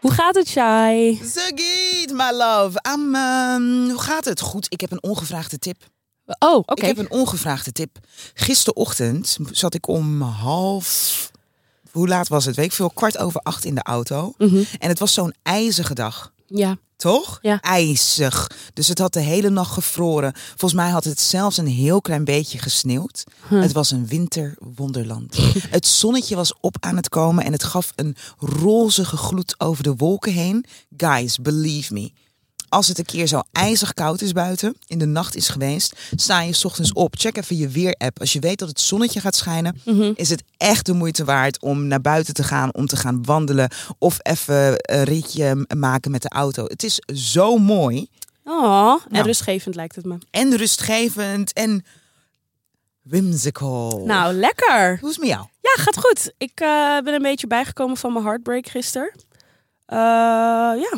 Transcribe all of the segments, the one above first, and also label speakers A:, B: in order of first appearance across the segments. A: Hoe gaat het, Shai?
B: Zagit, my love. Am, ehm, hoe gaat het? Goed, ik heb een ongevraagde tip.
A: Oh, oké.
B: Ik heb een ongevraagde tip. Gisterochtend zat ik om half... Hoe laat was het? Weet ik veel. Kwart over acht in de auto.
A: Mhm.
B: En het was zo'n ijzige dag.
A: Ja.
B: Toch?
A: Ja.
B: IJzig. Dus het had de hele nacht gevroren. Volgens mij had het zelfs een heel klein beetje gesneeuwd. Het was een winterwonderland. het zonnetje was op aan het komen en het gaf een rozige gloed over de wolken heen. Guys, believe me. Als het een keer zo ijzig koud is buiten, in de nacht is geweest, sta je 's ochtends op. Check even je weer-app. Als je weet dat het zonnetje gaat schijnen, is het echt de moeite waard om naar buiten te gaan, om te gaan wandelen of even een ritje maken met de auto. Het is zo mooi
A: Oh, en
B: Nou. Oh.
A: rustgevend lijkt het me.
B: en rustgevend en whimsical.
A: Nou, lekker.
B: hoe is het met jou?
A: Ja, gaat goed. Ik eh, ben een beetje bijgekomen van mijn heartbreak gisteren. Eh, ja.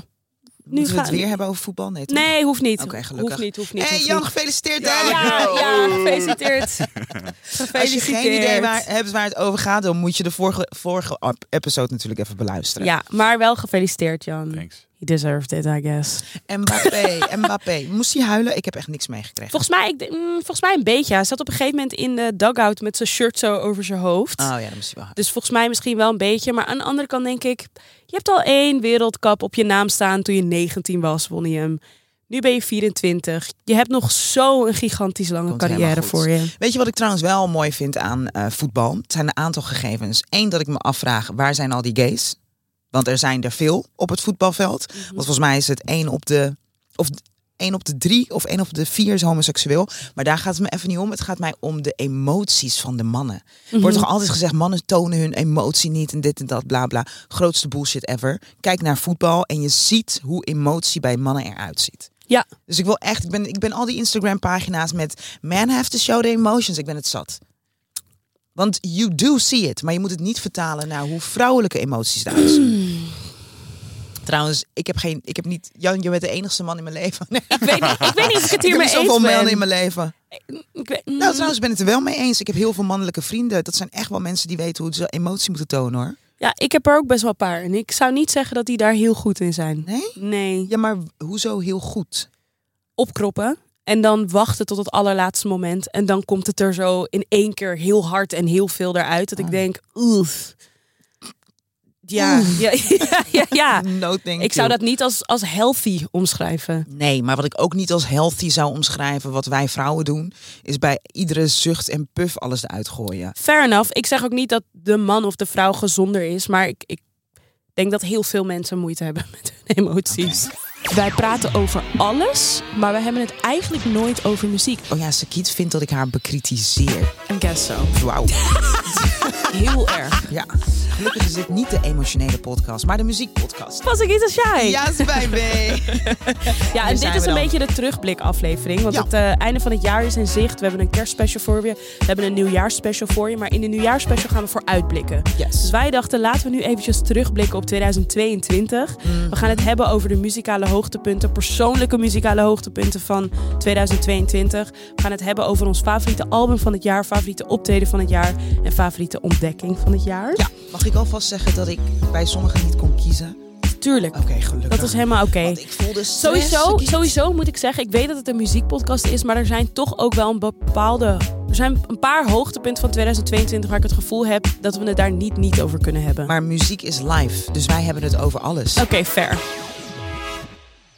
A: Nu
B: Moeten we het
A: gaan-
B: weer hebben over voetbal? Nee, toch?
A: Nee, hoeft niet.
B: Oké, gelukkig.
A: Hoeft niet, hoeft niet.
B: Hey
A: hoeft
B: Jan,
A: niet.
B: gefeliciteerd
A: Ja,
B: dadelijk.
A: ja, gefeliciteerd.
B: Als je
A: Gefeliciteerd.
B: geen idee waar, hebt waar het over gaat, dan moet je de vorige, vorige ap- episode natuurlijk even beluisteren.
A: Ja, maar wel gefeliciteerd, Jan.
C: Thanks.
A: He deserved it, I guess.
B: Mbappé, Mbappé. Moest hij huilen? Ik heb echt niks meegekregen.
A: Volgens mij, ik, denk- mm, volgens mij een beetje. Hij zat op een gegeven moment in de dugout met zijn shirt zo over zijn hoofd.
B: Oh ja, dat moest hij wel.
A: Dus volgens mij misschien wel een beetje. Maar aan de andere kant denk ik, je hebt al één wereldcup op je naam staan toen je 19 was, won je hem. Nu ben je 24. Je hebt nog zo'n gigantisch lange
B: Komt helemaal
A: carrière
B: goed.
A: voor je.
B: Weet je wat ik trouwens wel mooi vind aan eh, voetbal? Het zijn een aantal gegevens. Eén dat ik me afvraag, waar zijn al die gays? Want er zijn er veel op het voetbalveld. Want volgens mij is het één op de... Of één op de drie of één op de vier is homoseksueel. Maar daar gaat het me even niet om. Het gaat mij om de emoties van de mannen. Wordt toch altijd gezegd, mannen tonen hun emotie niet en dit en dat, bla bla. Grootste bullshit ever. Kijk naar voetbal en je ziet hoe emotie bij mannen eruit ziet.
A: Ja,
B: Dus ik wil echt, ik ben, ik ben al die Instagram pagina's met man have to show their emotions. Ik ben het zat. Want you do see it, maar je moet het niet vertalen naar hoe vrouwelijke emoties daar zijn. Trouwens, ik heb geen, ik heb niet, Jan, je bent de enigste man in mijn leven. Nee,
A: ik weet, niet- ik weet niet of ik het
B: ik heb
A: hiermee
B: niet
A: eens ben.
B: zoveel mannen in mijn leven.
A: Ik weet- mm,
B: Nou, trouwens, ik ben het er wel mee eens. Ik heb heel veel mannelijke vrienden. Dat zijn echt wel mensen die weten hoe ze emotie moeten tonen, hoor.
A: ja, ik heb er ook best wel een paar. En ik zou niet zeggen dat die daar heel goed in zijn.
B: Nee?
A: Nee.
B: Ja, maar hoezo heel goed?
A: opkroppen. En dan wachten tot het allerlaatste moment. En dan komt het er zo in één keer heel hard en heel veel eruit. Dat ik denk, oef.
B: Ja.
A: Ja, ja, ja, ja.
B: No, thank
A: Ah, Ik zou
B: you.
A: dat niet als, als healthy omschrijven.
B: Nee, maar wat ik ook niet als healthy zou omschrijven, wat wij vrouwen doen, is bij iedere zucht en puff alles eruit gooien.
A: Fair enough. Ik zeg ook niet dat de man of de vrouw gezonder is. Maar ik, ik denk dat heel veel mensen moeite hebben met hun emoties. Wij praten over alles. Maar we hebben het eigenlijk nooit over muziek.
B: Oh ja, Sakiet vindt dat ik haar bekritiseer.
A: En guess so.
B: Wauw.
A: Heel erg.
B: Ja. Gelukkig is dit niet de emotionele podcast, maar de muziekpodcast.
A: Was ik niet als jij?
B: Ja, baby.
A: Ja, en
B: Hier
A: dit
B: zijn
A: is
B: we
A: een
B: dan.
A: beetje de terugblikaflevering. Want
B: Ja.
A: het eh, einde van het jaar is in zicht. We hebben een kerstspecial voor je. We hebben een nieuwjaarsspecial voor je. Maar in de nieuwjaarsspecial gaan we vooruitblikken. Dus
B: Yes.
A: wij dachten, laten we nu eventjes terugblikken op 2022.
B: Mm.
A: We gaan het hebben over de muzikale hoogtepunten, persoonlijke muzikale hoogtepunten van 2022. We gaan het hebben over ons favoriete album van het jaar, favoriete optreden van het jaar en favoriete ontdekking van het jaar.
B: Ja, mag ik alvast zeggen dat ik bij sommigen niet kon kiezen?
A: tuurlijk.
B: Oké, gelukkig.
A: Dat is helemaal oké.
B: Want ik voelde stress.
A: Sowieso,
B: Sakiet.
A: sowieso moet ik zeggen, ik weet dat het een muziekpodcast is, maar er zijn toch ook wel een bepaalde. Er zijn een paar hoogtepunten van 2022 waar ik het gevoel heb dat we het daar niet niet over kunnen hebben.
B: Maar muziek is live, dus wij hebben het over alles.
A: Oké, fair.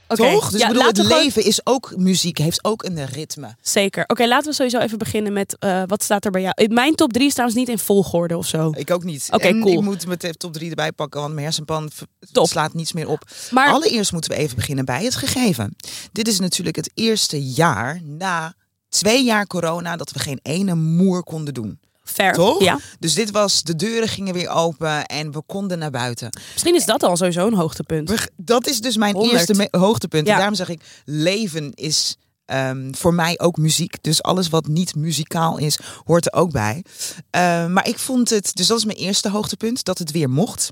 A: Oké,
B: Toch? Dus ik bedoel, het
A: laten we gewoon-
B: leven is ook muziek, heeft ook een ritme.
A: Zeker. Oké, laten we sowieso even beginnen met eh, wat staat er bij jou. Mijn top 3 is trouwens niet in volgorde of zo.
B: Ik ook niet.
A: Oké,
B: en
A: cool.
B: ik moet mijn top 3 erbij pakken, want mijn hersenpan v-
A: Top.
B: slaat niets meer op.
A: Maar
B: Allereerst moeten we even beginnen bij het gegeven. Dit is natuurlijk het eerste jaar na twee jaar corona dat we geen ene moer konden doen.
A: fair.
B: Toch?
A: Ja.
B: Dus dit was, de deuren gingen weer open en we konden naar buiten.
A: Misschien is dat al sowieso een hoogtepunt.
B: We g- dat is dus mijn
A: 100.
B: eerste me- hoogtepunt.
A: Ja.
B: En daarom zeg ik, leven is ehm, voor mij ook muziek. Dus alles wat niet muzikaal is, hoort er ook bij. Ehm, maar ik vond het, dus dat is mijn eerste hoogtepunt, dat het weer mocht.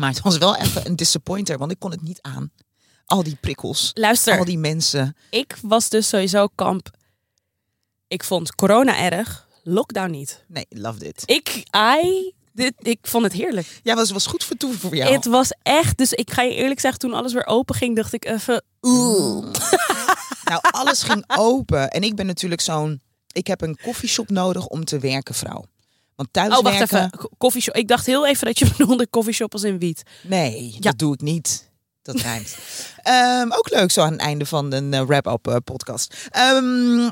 B: Maar het was wel even een disappointer, want ik kon het niet aan. Al die prikkels,
A: Luister,
B: al die mensen.
A: ik was dus sowieso kamp. Ik vond corona erg, lockdown niet.
B: Nee, love it.
A: Ik, I Dit, ik vond het heerlijk.
B: Ja, was, was goed vertoer voor jou.
A: Het was echt, dus ik ga je eerlijk zeggen, toen alles weer open ging, dacht ik even,
B: Mm,
A: oeh.
B: Nou, alles ging open. En ik ben natuurlijk zo'n... Ik heb een koffieshop nodig om te werken, vrouw. Want thuis
A: Oh, wacht
B: werken...
A: even. K- Koffieshop. Ik dacht heel even dat je bedoelde koffieshop als in wiet.
B: Nee,
A: Ja.
B: dat doe ik niet. Dat rijmt. Ehm, ook leuk zo aan het einde van een eh, wrap-up eh, podcast. Ehm,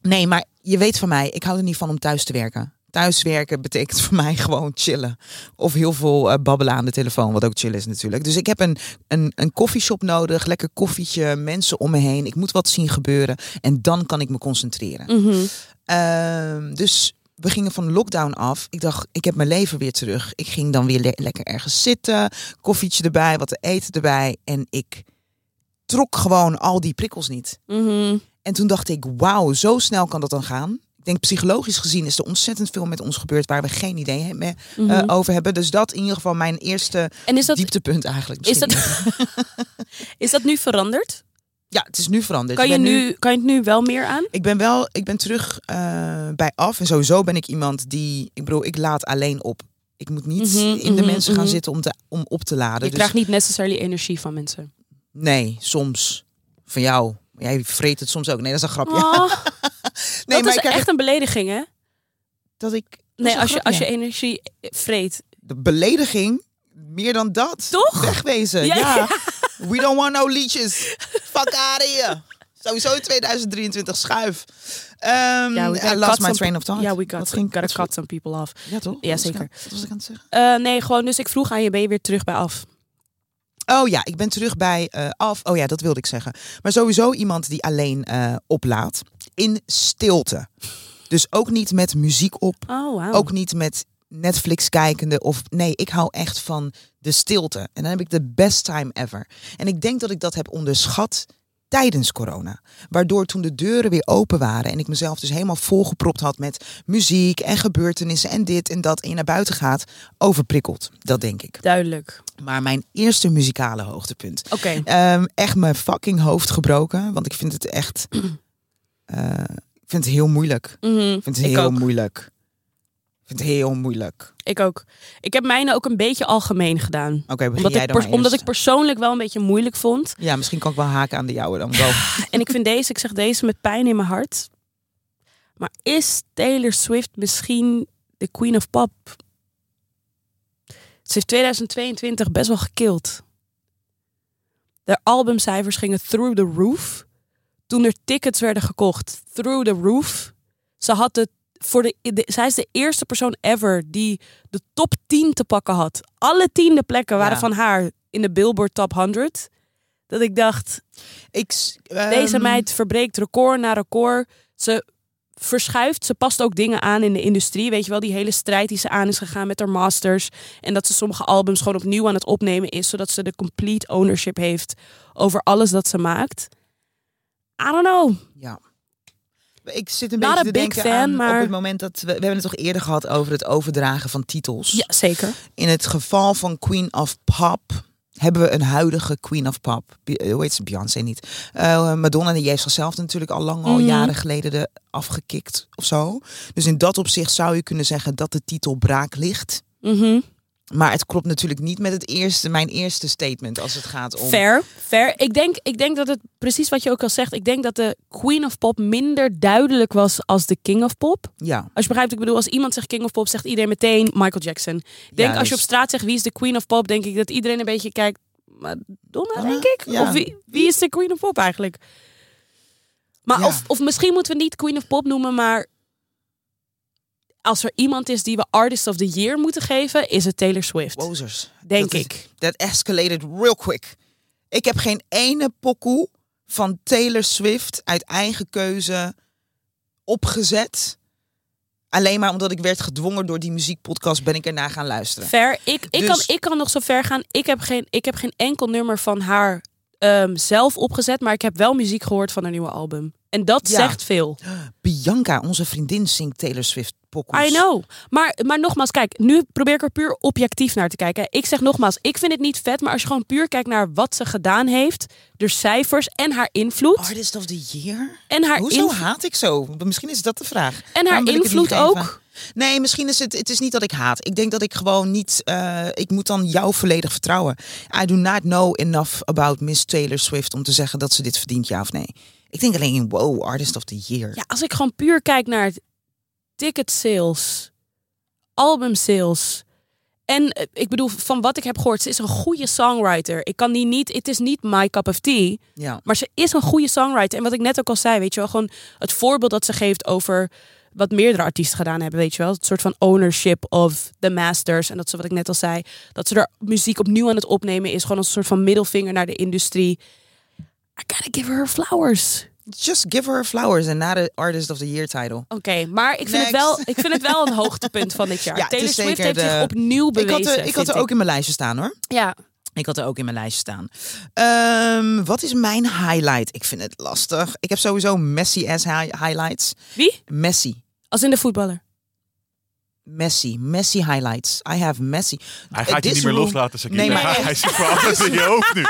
B: nee, maar je weet van mij, ik hou er niet van om thuis te werken. Thuiswerken betekent voor mij gewoon chillen. Of heel veel eh, babbelen aan de telefoon, wat ook chill is natuurlijk. Dus ik heb een, een, een koffieshop nodig, lekker koffietje, mensen om me heen. Ik moet wat zien gebeuren en dan kan ik me concentreren.
A: Mhm,
B: Ehm, dus we gingen van lockdown af. Ik dacht, ik heb mijn leven weer terug. Ik ging dan weer le- lekker ergens zitten. Koffietje erbij, wat te eten erbij. En ik trok gewoon al die prikkels niet.
A: Mhm.
B: En toen dacht ik, wauw, zo snel kan dat dan gaan. Ik denk, psychologisch gezien is er ontzettend veel met ons gebeurd... waar we geen idee he- me-
A: Mhm.
B: eh, over hebben. Dus dat in ieder geval mijn eerste
A: en is dat,
B: dieptepunt eigenlijk.
A: is,
B: misschien.
A: dat, is dat nu veranderd?
B: Ja, het is Dus nu veranderd.
A: Kan
B: Ik
A: je,
B: ben
A: nu, kan je het nu wel meer aan?
B: Ik ben wel, ik ben terug eh, bij af. En sowieso ben ik iemand die, ik bedoel, ik laad alleen op. Ik moet niet
A: Mhm,
B: in de
A: mhm,
B: mensen gaan
A: mhm.
B: zitten om, te, om op te
A: Je
B: laden. dus
A: krijgt niet necessarily energie van mensen.
B: nee, soms van jou. Jij vreet het soms ook. Nee, dat is een grapje.
A: Oh,
B: nee,
A: dat
B: maar
A: is
B: ik krijg
A: echt een belediging, hè?
B: dat ik. dat is
A: Nee,
B: een
A: als je, als je
B: grapje.
A: energie vreet.
B: de belediging meer dan dat.
A: Toch?
B: Wegwezen.
A: Ja,
B: Ja.
A: ja.
B: We don't want no liedjes. Fuck out of here. Sowieso in 2023 schuif. Ehm
A: Ja, we
B: I
A: gotta
B: lost
A: cut
B: my
A: some-
B: train of thought.
A: Ja, we
B: Wat
A: got,
B: ging-
A: gotta
B: wat ging-
A: cut some people off.
B: Ja, toch?
A: Ja,
B: Wat was ik
A: zeker.
B: aan- Wat was ik aan het zeggen?
A: Eh, nee, gewoon, dus ik vroeg aan je, ben je weer terug bij af?
B: Oh ja, ik ben terug bij eh, af. Oh ja, dat wilde ik zeggen. Maar sowieso iemand die alleen eh oplaat. In stilte. Dus ook niet met muziek op.
A: Oh, wauw.
B: Ook niet met Netflix kijkende. Of nee, ik hou echt van de stilte. En dan heb ik de best time ever. En ik denk dat ik dat heb onderschat tijdens corona. Waardoor toen de deuren weer open waren en ik mezelf dus helemaal volgepropt had met muziek en gebeurtenissen en dit en dat en je naar buiten gaat, overprikkeld. Dat denk ik.
A: Duidelijk.
B: Maar mijn eerste muzikale hoogtepunt.
A: Oké.
B: Ehm, echt mijn fucking hoofd gebroken. Want ik vind het echt. eh, ik vind het heel moeilijk.
A: Mhm.
B: Ik vind
A: Ik
B: het heel
A: ook.
B: moeilijk. Ik vind het heel moeilijk.
A: Ik ook. Ik heb mijne ook een beetje algemeen gedaan.
B: Oké, begin
A: Omdat,
B: jij
A: ik,
B: dan
A: pers-
B: maar
A: omdat
B: eerst.
A: ik persoonlijk wel een beetje moeilijk vond.
B: Ja, misschien kan ik wel haken aan de jouwe dan. Go.
A: En ik vind deze, ik zeg deze met pijn in mijn hart. Maar is Taylor Swift misschien de queen of pop? Ze heeft 2022 best wel gekild. De albumcijfers gingen through the roof. Toen er tickets werden gekocht, through the roof. Ze had het voor de, de- zij is de eerste persoon ever die de top 10 te pakken had. Alle tiende plekken waren
B: Ja.
A: van haar in de Billboard Top 100. Dat ik dacht,
B: ik, s- ehm,
A: deze meid verbreekt record na record. Ze verschuift, ze past ook dingen aan in de industrie. Weet je wel, die hele strijd die ze aan is gegaan met haar masters. En dat ze sommige albums gewoon opnieuw aan het opnemen is. Zodat ze de complete ownership heeft over alles dat ze maakt. I don't know.
B: Ja. Ik zit een
A: Not
B: beetje
A: a
B: te
A: big
B: denken
A: fan,
B: aan op
A: maar-
B: het moment dat... We, we hebben het toch eerder gehad over het overdragen van titels.
A: Ja, zeker.
B: In het geval van Queen of Pop hebben we een huidige Queen of Pop. Be- eh, Hoe heet ze? Beyoncé niet. Eh, Madonna die heeft zichzelf natuurlijk al lang, al
A: Mhm.
B: jaren geleden de, afgekikt of zo. Dus in dat opzicht zou je kunnen zeggen dat de titel braak ligt.
A: Mhm.
B: Maar het klopt natuurlijk niet met het eerste, mijn eerste statement als het gaat om...
A: Fair, fair. Ik denk, ik denk dat het precies wat je ook al zegt. Ik denk dat de Queen of Pop minder duidelijk was als de King of Pop.
B: Ja,
A: Als je begrijpt, wat ik bedoel, als iemand zegt King of Pop, zegt iedereen meteen Michael Jackson. Ik denk,
B: Ja,
A: als je op
B: dus-
A: straat zegt wie is de Queen of Pop, denk ik dat iedereen een beetje kijkt. Madonna,
B: Madonna?
A: denk ik?
B: Ja.
A: Of wie, wie is de Queen of Pop eigenlijk? Maar
B: Ja.
A: of, of misschien moeten we niet Queen of Pop noemen, maar als er iemand is die we Artist of the Year moeten geven, is het Taylor Swift.
B: wozers.
A: denk
B: dat is-
A: ik.
B: Dat escalated real quick. Ik heb geen ene pokoe van Taylor Swift uit eigen keuze opgezet. Alleen maar omdat ik werd gedwongen door die muziekpodcast ben ik erna gaan luisteren.
A: Ver. Ik, ik,
B: Dus-
A: kan, ik kan nog zo ver gaan. Ik heb geen, ik heb geen enkel nummer van haar ehm, zelf opgezet, maar ik heb wel muziek gehoord van haar nieuwe album. En dat
B: Ja.
A: zegt veel.
B: Bianca, onze vriendin, zingt Taylor Swift pokoes.
A: I know. Maar, maar nogmaals, kijk, nu probeer ik er puur objectief naar te kijken. Ik zeg nogmaals, ik vind het niet vet, maar als je gewoon puur kijkt naar wat ze gedaan heeft, de cijfers en haar invloed.
B: Artist of the Year?
A: en haar
B: Oh, Hoezo
A: invloed.
B: haat ik zo? Misschien is dat de vraag.
A: En haar
B: Waarom wil ik het niet
A: invloed
B: geven?
A: ook.
B: Nee, misschien is het. Het is niet dat ik haat. Ik denk dat ik gewoon niet. eh, ik moet dan jou volledig vertrouwen. I do not know enough about Miss Taylor Swift om te zeggen dat ze dit verdient, ja of nee. Ik denk alleen in wow, artist of the year.
A: Ja, als ik gewoon puur kijk naar ticket sales, album sales. En eh, ik bedoel, van wat ik heb gehoord, ze is een goede songwriter. Ik kan die niet, het is niet my cup of tea.
B: Ja.
A: Maar ze is een goede songwriter. En wat ik net ook al zei, weet je wel, gewoon het voorbeeld dat ze geeft over wat meerdere artiesten gedaan hebben, weet je wel. Het soort van ownership of the masters. En dat ze, wat ik net al zei, dat ze er muziek opnieuw aan het opnemen is. Gewoon als een soort van middelvinger naar de industrie. I gotta give her flowers.
B: Just give her flowers and not an artist of the year title.
A: Oké, maar ik vind, het
B: Next.
A: wel, ik vind het wel een hoogtepunt van dit jaar.
B: Ja, het
A: Taylor
B: is
A: Swift
B: zeker
A: heeft
B: de-
A: zich opnieuw
B: Ik
A: bewezen.
B: had, er, ik had
A: vind
B: er ook in mijn lijstje staan hoor.
A: Ja,
B: Ik had er ook in mijn lijstje staan. Ehm, wat is mijn highlight? Ik vind het lastig. Ik heb sowieso messy ass hi- highlights.
A: wie?
B: Messi.
A: Als in de voetballer.
B: Messi. Messi highlights. I have Messi.
C: Hij gaat je
B: This
C: niet meer
B: room-
C: loslaten, Sakina.
B: Nee,
C: Nee,
B: maar
C: maar
B: echt.
C: hij zit voor alles in je hoofd nu.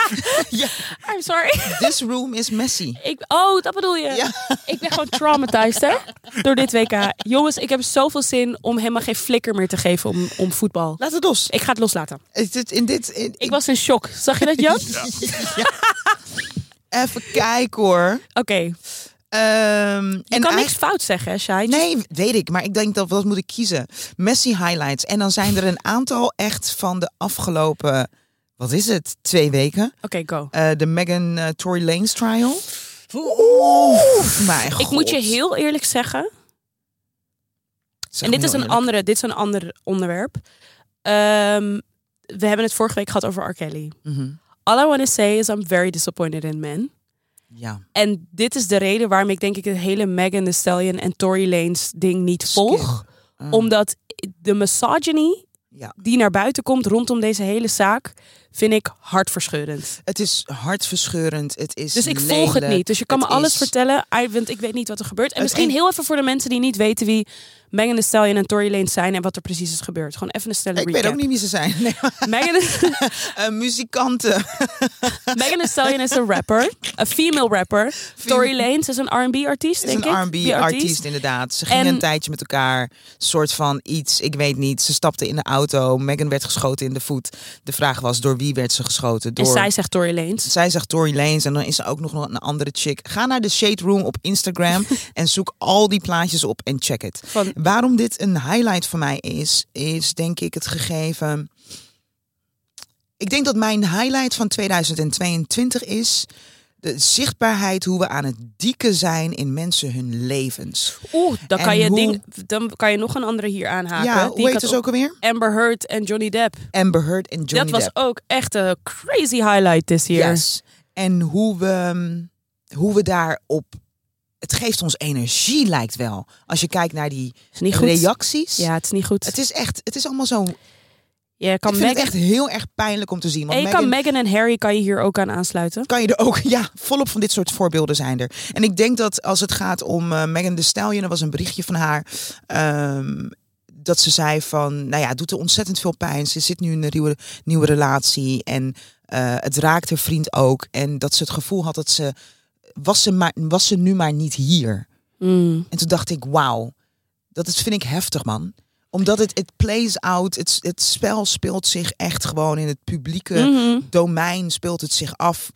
B: Ja,
A: I'm sorry.
B: this room is Messi.
A: Ik, oh, dat bedoel je.
B: Ja.
A: Ik ben gewoon traumatized, hè? Door dit WK. Jongens, ik heb zoveel zin om helemaal geen flikker meer te geven om, om voetbal.
B: Laat het los.
A: Ik ga het loslaten.
B: Is dit in dit... in-
A: Ik was in shock. Zag je dat, Jan? Oké.
B: Even kijken hoor.
A: Je
B: Ehm, en
A: kan
B: eigenlijk-
A: niks fout zeggen, hè, Shai?
B: Nee, weet ik. Maar ik denk dat wat moet ik kiezen? Messi highlights. En dan zijn er een aantal echt van de afgelopen... Wat is het? Twee weken.
A: Oké, go.
B: Eh, de Megan eh, Tory Lanez trial. Oeh, mijn god.
A: Ik moet je heel eerlijk zeggen.
B: Zeg
A: En dit
B: me
A: is
B: heel
A: een,
B: eerlijk.
A: andere, dit is een ander onderwerp. Ehm, we hebben het vorige week gehad over R. Kelly.
B: Mhm.
A: All I want to say is I'm very disappointed in men.
B: Ja.
A: En dit is de reden waarom ik denk ik het hele Megan Thee Stallion en Tory Lanez ding niet volg.
B: Ah.
A: Omdat de misogyny
B: Ja.
A: die naar buiten komt rondom deze hele zaak, vind ik hartverscheurend.
B: Het is hartverscheurend. Het is
A: Dus ik volg het
B: lelijk.
A: niet. Dus je kan
B: Het
A: me alles
B: is-
A: vertellen, I- want ik weet niet wat er gebeurt. En
B: Het
A: misschien
B: een-
A: heel even voor de mensen die niet weten wie Megan Thee Stallion en Tory Lanez zijn en wat er precies is gebeurd. Gewoon even een snelle
B: Ik
A: recap.
B: weet ook niet wie ze zijn. Nee, maar,
A: Megan,
B: eh, muzikanten.
A: Megan Thee Stallion is een rapper, een female rapper. Tory Lanez is een R&B artiest,
B: Het
A: denk
B: is
A: ik.
B: een
A: Die
B: R&B-artiest inderdaad. Ze gingen
A: En-
B: een tijdje met elkaar, soort van iets, ik weet niet. Ze stapte in de auto, Megan werd geschoten in de voet. De vraag was, door wie werd ze geschoten? Door...
A: En zij zegt Tory Lanez.
B: Zij zegt Tory Lanez en dan is er ook nog een andere chick. Ga naar de Shade Room op Instagram en zoek al die plaatjes op en check het.
A: Van-
B: Waarom dit een highlight voor mij is, is denk ik het gegeven... Ik denk dat mijn highlight van 2022 is de zichtbaarheid hoe we aan het dieken zijn in mensen hun levens.
A: Oeh, dan
B: En
A: kan, je
B: hoe-
A: ding, dan kan je nog een andere hier aanhaken.
B: ja,
A: die
B: hoe
A: ik
B: heet
A: had
B: het
A: op-
B: ook alweer?
A: Amber Heard en Johnny Depp.
B: Amber Heard en Johnny
A: dat was
B: Depp.
A: ook echt een crazy highlight this year.
B: Yes. En hoe we, mm, hoe we daarop. Het geeft ons energie, lijkt wel. Als je kijkt naar die
A: Is niet goed.
B: reacties.
A: Ja, het is niet goed.
B: Het is echt, het is allemaal zo.
A: je kan
B: ik vind
A: Meghan,
B: het echt heel erg pijnlijk om te zien. Want
A: en je
B: Meghan-
A: kan Meghan en Harry kan je hier ook aan aansluiten.
B: kan je er ook, ja, volop van dit soort voorbeelden zijn er. En ik denk dat als het gaat om eh Megan Thee Stallion, er was een berichtje van haar. ehm, dat ze zei van, nou ja, het doet er ontzettend veel pijn. Ze zit nu in een nieuwe, nieuwe relatie en eh, het raakt haar vriend ook. En dat ze het gevoel had dat ze, was ze, maar, was ze nu maar niet hier.
A: Mm.
B: En toen dacht ik, wauw, dat is, vind ik heftig man omdat het, het plays out, het, het spel speelt zich echt gewoon in het publieke
A: Mhm.
B: domein speelt het zich af.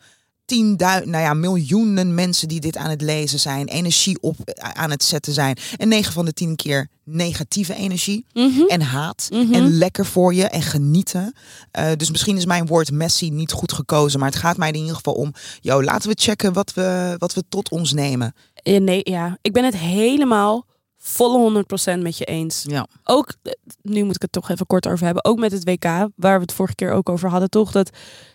B: Tienduizend, nou ja, miljoenen mensen die dit aan het lezen zijn, energie op eh, aan het zetten zijn. En 9 van de 10 keer negatieve energie
A: Mhm.
B: en haat.
A: Mhm.
B: En lekker voor je en genieten. Eh, dus misschien is mijn woord Messi niet goed gekozen. Maar het gaat mij er in ieder geval om. Yo, laten we checken wat we, wat we tot ons nemen.
A: Ja, Eh, nee, ja. Ik ben het helemaal volle 100% met je eens.
B: Ja.
A: Ook, eh, nu moet ik het toch even kort over hebben, ook met het WK, waar we het vorige keer ook over hadden, toch? Dat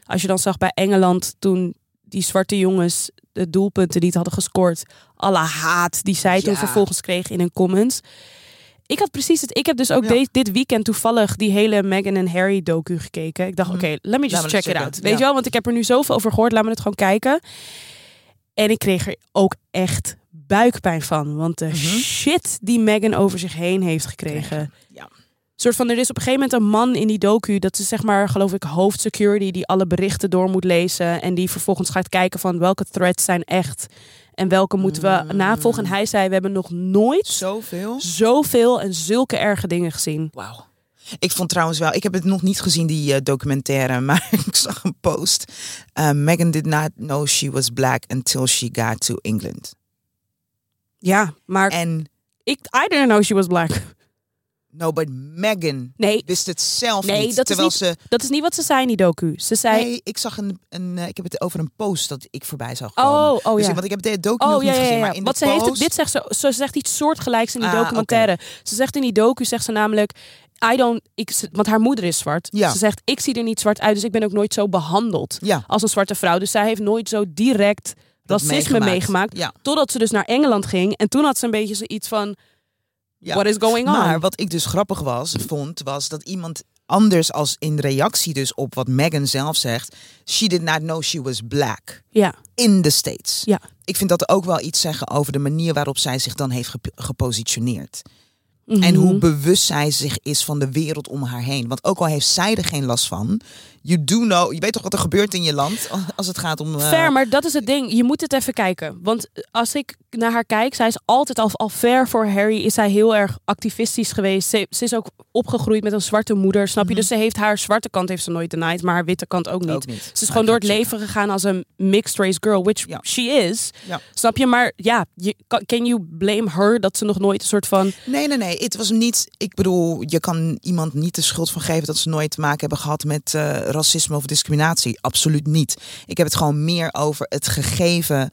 A: als je dan zag bij Engeland toen die zwarte jongens de doelpunten die het hadden gescoord, alle haat die zij toen
B: Ja.
A: vervolgens kregen in hun comments. Ik had precies het. Ik heb dus ook
B: Ja.
A: de- dit weekend toevallig die hele Meghan en Harry docu gekeken. Ik dacht,
B: Mhm.
A: oké, let me just
B: Laten we
A: check
B: het
A: it
B: checken.
A: out. Weet
B: Ja.
A: je wel, want ik heb er nu zoveel over gehoord. Laat me het gewoon kijken. En ik kreeg er ook echt buikpijn van. Want
B: Mhm.
A: de shit die Meghan over zich heen heeft gekregen.
B: Ja.
A: soort van, er is op een gegeven moment een man in die docu. Dat is zeg maar, geloof ik, hoofdsecurity. Die alle berichten door moet lezen. En die vervolgens gaat kijken van welke threads zijn echt. En welke moeten we
B: Mm.
A: navolgen? En hij zei, we hebben nog nooit
B: Zoveel.
A: zoveel en zulke erge dingen gezien.
B: Wauw. Ik vond trouwens wel, ik heb het nog niet gezien, die eh, documentaire, maar ik zag een post. Eh, Megan did not know she was black until she got to England.
A: Ja, maar
B: En
A: ik, I didn't know she was black.
B: no, but Megan
A: Nee,
B: wist het zelf
A: Nee,
B: niet.
A: dat is
B: terwijl
A: niet-
B: ze.
A: dat is niet wat ze zei in die docu. Ze zei,
B: Nee, ik zag een, een. eh, Ik heb het over een post dat ik voorbij zag komen.
A: oh, oh
B: Dus
A: ja.
B: ik- want ik heb de docu nog
A: Oh ja,
B: niet
A: ja,
B: gezien.
A: ja.
B: Maar in
A: Want
B: de
A: ze heeft het,
B: post-
A: dit zegt ze, ze zegt iets soortgelijks in die
B: Ah,
A: documentaire. Ze zegt in die docu zegt ze namelijk, I don't, ik, ze- want haar moeder is zwart.
B: Ja.
A: Ze zegt, ik zie er niet zwart uit, dus ik ben ook nooit zo behandeld
B: Ja,
A: als een zwarte vrouw. Dus zij heeft nooit zo direct racisme meegemaakt.
B: meegemaakt. ja.
A: Totdat ze dus naar Engeland ging en toen had ze een beetje zoiets van,
B: Ja.
A: what is going on?
B: Maar wat ik dus grappig was, vond, was dat iemand anders als in reactie dus op wat Megan zelf zegt. She did not know she was black
A: ja,
B: in the States.
A: ja.
B: Ik vind dat ook wel iets zeggen over de manier waarop zij zich dan heeft gep- gepositioneerd. En
A: Mhm.
B: hoe bewust zij zich is van de wereld om haar heen. Want ook al heeft zij er geen last van. You do know, je weet toch wat er gebeurt in je land als het gaat om... eh,
A: Ver, maar dat is het ding. Je moet het even kijken. Want als ik naar haar kijk, zij is altijd al, al ver voor Harry. Is zij heel erg activistisch geweest. Ze, ze is ook opgegroeid met een zwarte moeder, snap je? Dus ze heeft haar zwarte kant heeft ze nooit denied, maar haar witte kant ook niet.
B: Mhm. Ook niet.
A: Ze is
B: Maar
A: gewoon door het
B: ik ga
A: leven gegaan als een mixed race girl, which
B: Ja.
A: she is.
B: Ja.
A: Snap je? Maar ja, je, kan- can you blame her dat ze nog nooit een soort van...
B: Nee, nee, nee. Het was niet. Ik bedoel, je kan iemand niet de schuld van geven dat ze nooit te maken hebben gehad met eh, racisme of discriminatie. Absoluut niet. Ik heb het gewoon meer over het gegeven.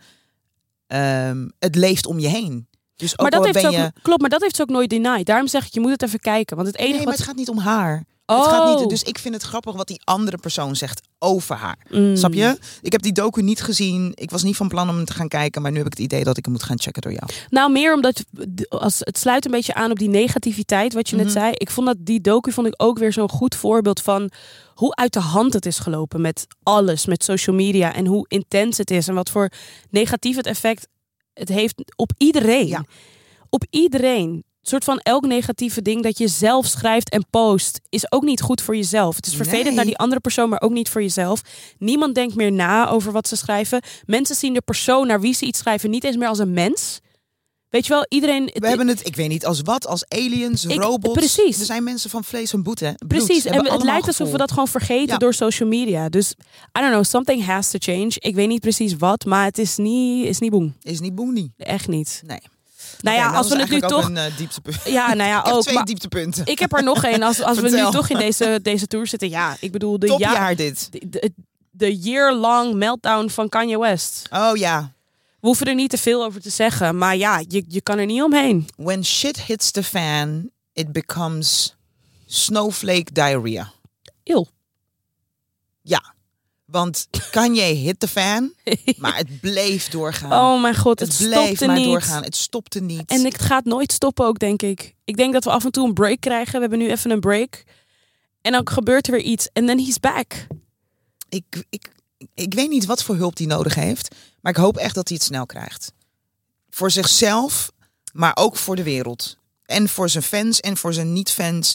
B: ehm, het leeft om je heen. Dus ook
A: Maar dat
B: al
A: heeft ze
B: ben
A: ook,
B: je. Nee,
A: Klopt, maar dat heeft ze ook nooit denied. Daarom zeg ik, je moet het even kijken. Want het enige
B: maar
A: wat...
B: het gaat niet om haar.
A: Oh.
B: Het gaat niet, dus ik vind het grappig wat die andere persoon zegt over haar.
A: Mm.
B: Snap je? Ik heb die docu niet gezien. Ik was niet van plan om hem te gaan kijken. Maar nu heb ik het idee dat ik hem moet gaan checken door jou.
A: Nou, meer omdat d- als, het sluit een beetje aan op die negativiteit wat je
B: Mhm.
A: net zei. Ik vond dat die docu vond ik ook weer zo'n goed voorbeeld van hoe uit de hand het is gelopen met alles, met social media en hoe intens het is en wat voor negatief het effect het heeft op iedereen.
B: Ja.
A: Op iedereen. Een soort van elk negatieve ding dat je zelf schrijft en post is ook niet goed voor jezelf. Het is vervelend
B: Nee.
A: naar die andere persoon, maar ook niet voor jezelf. Niemand denkt meer na over wat ze schrijven. Mensen zien de persoon naar wie ze iets schrijven niet eens meer als een mens. Weet je wel, iedereen.
B: We hebben het, ik weet niet, als wat, als aliens,
A: Ik-
B: robots.
A: precies.
B: Er zijn mensen van vlees en bloed, hè? Bloed.
A: Precies,
B: Ze
A: en
B: hebben
A: het
B: allemaal
A: lijkt alsof we
B: gevoel.
A: dat gewoon vergeten
B: Ja.
A: door social media. Dus, I don't know, something has to change. Ik weet niet precies wat, maar het is niet, is niet boem.
B: Is niet boenie.
A: Echt niet.
B: Nee.
A: Nou ja, als we het nu toch...
B: Een, eh, dieptepunt.
A: Ja, nou ja,
B: ik heb
A: ook.
B: twee
A: maar
B: dieptepunten.
A: ik heb er nog één, als, als we nu
B: Vertel.
A: toch in deze, deze tour zitten. Ja, ik bedoel, de,
B: Topjaar
A: ja,
B: dit.
A: de, de- de year-long meltdown van Kanye West.
B: Oh ja.
A: We hoeven er niet te veel over te zeggen, maar ja, je, je kan er niet omheen.
B: When shit hits the fan, it becomes snowflake diarrhea.
A: Eeuw.
B: Ja. Want Kanye hit the fan, maar het bleef doorgaan.
A: Oh mijn god, het,
B: het
A: stopte
B: bleef maar
A: niet.
B: doorgaan. Het stopte niet.
A: En het gaat nooit stoppen ook, denk ik. Ik denk dat we af en toe een break krijgen. We hebben nu even een break. En dan gebeurt er weer iets. En then he's back.
B: ik, ik, ik weet niet wat voor hulp die nodig heeft. Maar ik hoop echt dat hij het snel krijgt. Voor zichzelf, maar ook voor de wereld. En voor zijn fans en voor zijn niet-fans.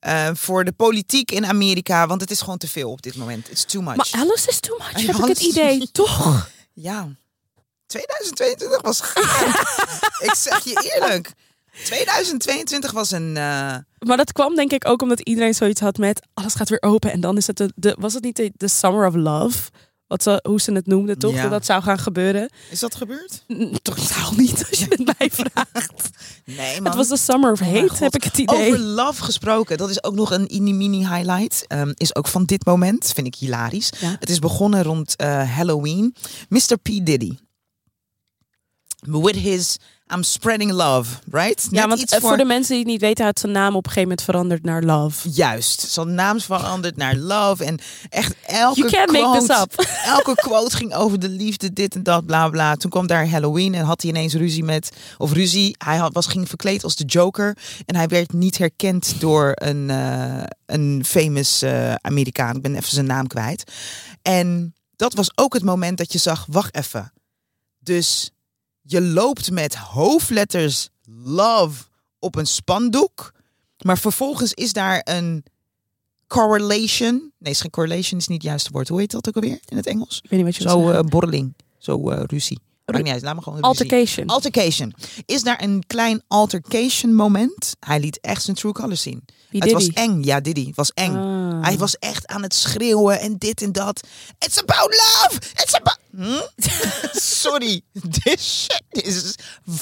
B: Eh, voor de politiek in Amerika. Want het is gewoon te veel op dit moment. It's too much.
A: Maar eh, alles is too much,
B: Ja,
A: heb ik het
B: alles-
A: idee. Toch?
B: ja. 2022 was gaar. ik zeg je eerlijk. 2022 was een... eh,
A: Maar dat kwam denk ik ook omdat iedereen zoiets had met... alles gaat weer open. En dan is het de... de- was het niet de, de Summer of Love? Wat ze, hoe ze het noemden, toch?
B: Ja.
A: Dat dat zou gaan gebeuren.
B: is dat gebeurd?
A: N- Totaal niet, als je het mij vraagt.
B: Nee, man. Oh
A: Het was de Summer of
B: mijn
A: Hate,
B: God.
A: heb ik het idee.
B: Over love gesproken, dat is ook nog een mini-mini highlight. Ehm, is ook van dit moment, vind ik hilarisch.
A: Ja.
B: Het is begonnen rond eh, Halloween. Mr. P. Diddy. With his I'm spreading love, right?
A: Ja,
B: Net
A: want
B: iets
A: eh, voor... de mensen die het niet weten... had zijn naam op een gegeven moment veranderd naar Love.
B: Juist, zijn naam is veranderd naar love. En echt elke
A: You can't
B: quote,
A: make this up.
B: elke quote ging over de liefde, dit en dat, bla bla. Toen kwam daar Halloween en had hij ineens ruzie met, of ruzie, hij had, was, ging verkleed als de Joker. En hij werd niet herkend door een, eh, een famous eh, Amerikaan. Ik ben even zijn naam kwijt. En dat was ook het moment dat je zag, wacht even. Dus je loopt met hoofdletters love op een spandoek. Maar vervolgens is daar een correlation. Nee, is geen correlation, is niet het juiste woord. Hoe heet dat ook alweer in het Engels?
A: Ik weet niet wat je wil
B: Zo
A: zeggen.
B: eh borreling, zo eh, ruzie. Maakt niet uit, laat me gewoon weer zien.
A: Altercation.
B: Altercation. Is daar een klein altercation moment? Hij liet echt zijn true colors zien.
A: Wie
B: het was
A: Diddy?
B: eng. Ja, Diddy. Het was eng.
A: Ah.
B: Hij was echt aan het schreeuwen en dit en dat. It's about love! It's about... Hm? Sorry. This shit is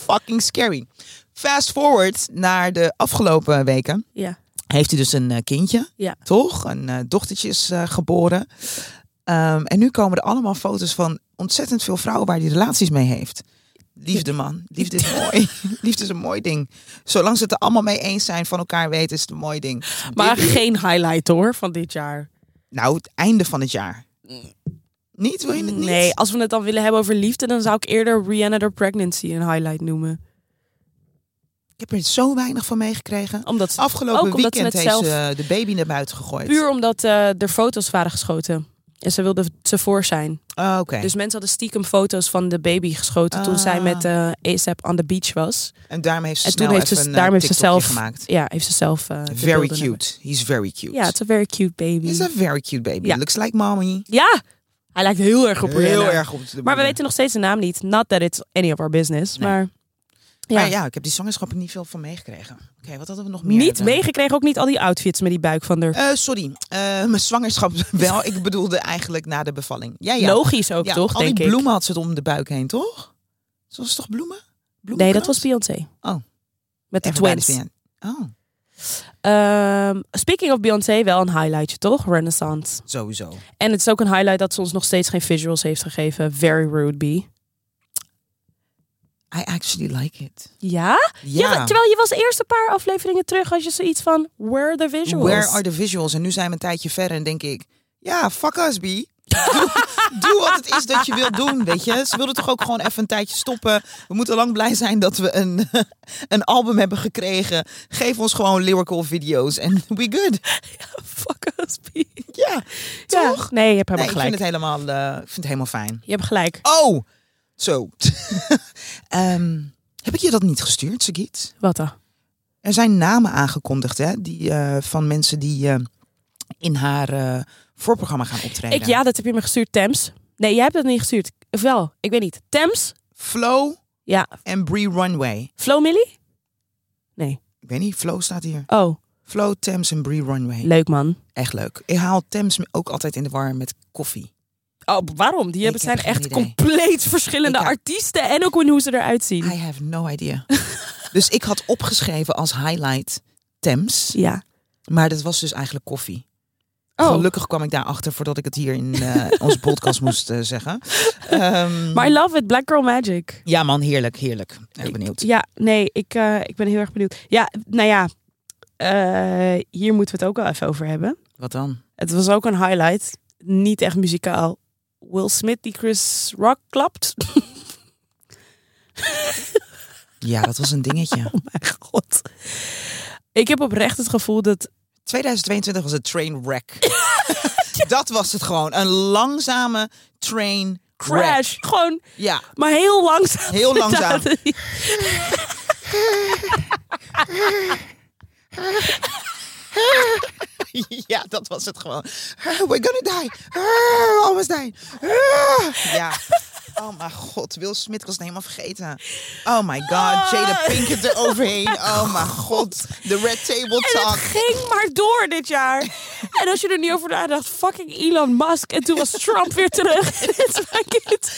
B: fucking scary. Fast forward naar de afgelopen weken.
A: ja.
B: Heeft hij dus een eh, kindje.
A: Ja.
B: Toch? Een eh, dochtertje is eh, geboren. Ehm, en nu komen er allemaal foto's van ontzettend veel vrouwen waar hij relaties mee heeft. Liefde, man. Liefde is mooi. Liefde is een mooi ding. Zolang ze het er allemaal mee eens zijn, van elkaar weten, is het een mooi ding.
A: Maar
B: Dit-
A: geen highlight hoor van dit jaar.
B: nou, het einde van het jaar. Niet? Wil je het niet?
A: Nee, als we het dan willen hebben over liefde, dan zou ik eerder Rihanna de Pregnancy een highlight noemen.
B: Ik heb er zo weinig van meegekregen.
A: Omdat,
B: Afgelopen
A: Ook omdat ze
B: weekend
A: het
B: heeft
A: zelf-
B: ze de baby naar buiten gegooid.
A: puur omdat eh, er foto's waren geschoten. En ze wilde ze voor zijn.
B: Oh, Oké.
A: Dus mensen hadden stiekem foto's van de baby geschoten toen zij
B: Ah.
A: met eh ASAP on the beach was.
B: En daarmee heeft ze
A: en toen
B: snel
A: heeft ze,
B: even een, eh,
A: daarmee heeft ze
B: TikTokje
A: zelf,
B: gemaakt.
A: ja, heeft ze zelf. eh, de
B: Very
A: beelden hebben.
B: cute. He's very cute.
A: Ja, het is een very cute baby.
B: He's a very cute baby.
A: Mm. Ja.
B: Looks like mommy.
A: Ja, hij lijkt heel erg op
B: Heel
A: Rihanna.
B: erg op de
A: Maar we
B: moeder.
A: weten nog steeds de naam niet. Not that it's any of our business.
B: Nee.
A: Maar ja,
B: Maar ja, ik heb die zwangerschappen niet veel van meegekregen. Oké, wat hadden we nog meer?
A: niet
B: Eh,
A: meegekregen. Ook niet al die outfits met die buik van haar.
B: eh, sorry, Eh, mijn zwangerschap wel. Ik bedoelde eigenlijk na de bevalling. Ja, ja.
A: Logisch ook,
B: Ja,
A: toch?
B: Al
A: denk
B: die
A: ik.
B: bloemen had ze het om de buik heen, toch? Zo was het toch bloemen?
A: Nee, dat was Beyoncé.
B: Oh.
A: Met de
B: Everybody's
A: twins.
B: Beyoncé. Oh,
A: Ehm, speaking of Beyoncé, wel een highlightje, toch? Renaissance.
B: sowieso.
A: En het is ook een highlight dat ze ons nog steeds geen visuals heeft gegeven. Very rude, B.
B: I actually like it.
A: Ja?
B: Ja.
A: Terwijl je was eerst een paar afleveringen terug als je zoiets van... Where are the visuals?
B: Where are the visuals? En nu zijn we een tijdje verder en denk ik... Ja, fuck us, B. Doe, doe wat het is dat je wilt doen, weet je. Ze wilden toch ook gewoon even een tijdje stoppen. We moeten lang blij zijn dat we een, een album hebben gekregen. Geef ons gewoon lyrical video's en we good.
A: Fuck us, B.
B: Ja,
A: Ja.
B: toch?
A: Nee, je hebt helemaal
B: Nee, ik
A: gelijk.
B: vind het helemaal, eh, ik vind het helemaal fijn.
A: Je hebt gelijk.
B: Oh, zo. Ehm, heb ik je dat niet gestuurd, Sagiet?
A: Wat dan?
B: Er zijn namen aangekondigd hè, die, eh, van mensen die eh, in haar eh, voorprogramma gaan optreden.
A: Ik, ja, dat heb je me gestuurd, Thames. Nee, jij hebt dat niet gestuurd. Of wel? Ik weet niet. Thames?
B: Flow
A: Ja.
B: en Bree Runway.
A: Flo Millie? Nee.
B: Ik weet niet, Flow staat hier.
A: Oh,
B: Flow, Thames en Bree Runway.
A: leuk man.
B: Echt leuk. Ik haal Thames ook altijd in de war met koffie.
A: Oh, waarom? Die hebben,
B: Ik
A: zijn
B: heb geen
A: echt
B: idee.
A: compleet verschillende
B: Ik heb-
A: artiesten en ook in hoe ze eruit zien.
B: I have no idea. dus ik had opgeschreven als highlight Thames,
A: Ja.
B: maar dat was dus eigenlijk koffie.
A: Oh,
B: Gelukkig kwam ik daarachter voordat ik het hier in eh, onze podcast moest eh, zeggen. Ehm,
A: maar I love it. Black Girl Magic.
B: ja man, heerlijk, heerlijk. Echt benieuwd.
A: Ja, nee, ik, eh, ik ben heel erg benieuwd. Ja, nou ja, eh, hier moeten we het ook wel even over hebben.
B: Wat dan?
A: Het was ook een highlight. Niet echt muzikaal. Will Smith die Chris Rock klapt.
B: Ja, dat was een dingetje.
A: Oh mijn god. Ik heb oprecht het gevoel dat
B: 2022 was een train wreck. dat was het gewoon. Een langzame train wreck.
A: crash gewoon,
B: Ja,
A: maar heel langzaam.
B: Heel langzaam. ja, dat was het gewoon. We're gonna die. Ah, Almost die. Ah. Ja. Oh mijn god, Will Smith ik was het helemaal vergeten. Oh my god,
A: Ah.
B: Jada Pinkett eroverheen. Oh mijn god, de Red Table
A: En het
B: Talk.
A: ging maar door dit jaar. En als je er niet over nadacht, fucking Elon Musk. En toen was Trump weer terug. Dit is mijn kind.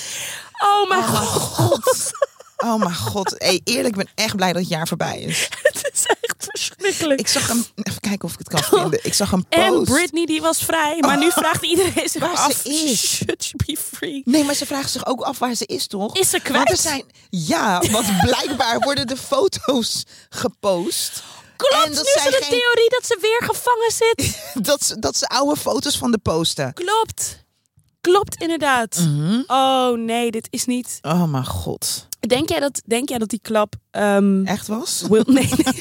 A: Oh mijn
B: Oh mijn
A: god,
B: god. Oh mijn god. Hey, eerlijk, ik ben echt blij dat het jaar voorbij is.
A: het is echt verschrikkelijk.
B: Ik zag hem, even kijken of ik het kan vinden. Ik zag een post. Oh.
A: en Britney die was vrij, maar nu vraagt iedereen zich
B: Waar ze
A: af.
B: is.
A: Should she be free?
B: Nee, maar ze vraagt zich ook af waar ze is, toch?
A: Is ze kwijt?
B: Want er zijn, ja, want blijkbaar worden de foto's gepost.
A: Klopt
B: En
A: nu
B: dat
A: is
B: zijn
A: de
B: geen-
A: theorie dat ze weer gevangen zit.
B: Dat, ze- dat ze oude foto's van de posten.
A: Klopt. Klopt inderdaad.
B: Mhm.
A: Oh nee, dit is niet.
B: Oh mijn god.
A: Denk jij dat, denk jij dat die klap. ehm,
B: Echt was?
A: Will, nee, nee.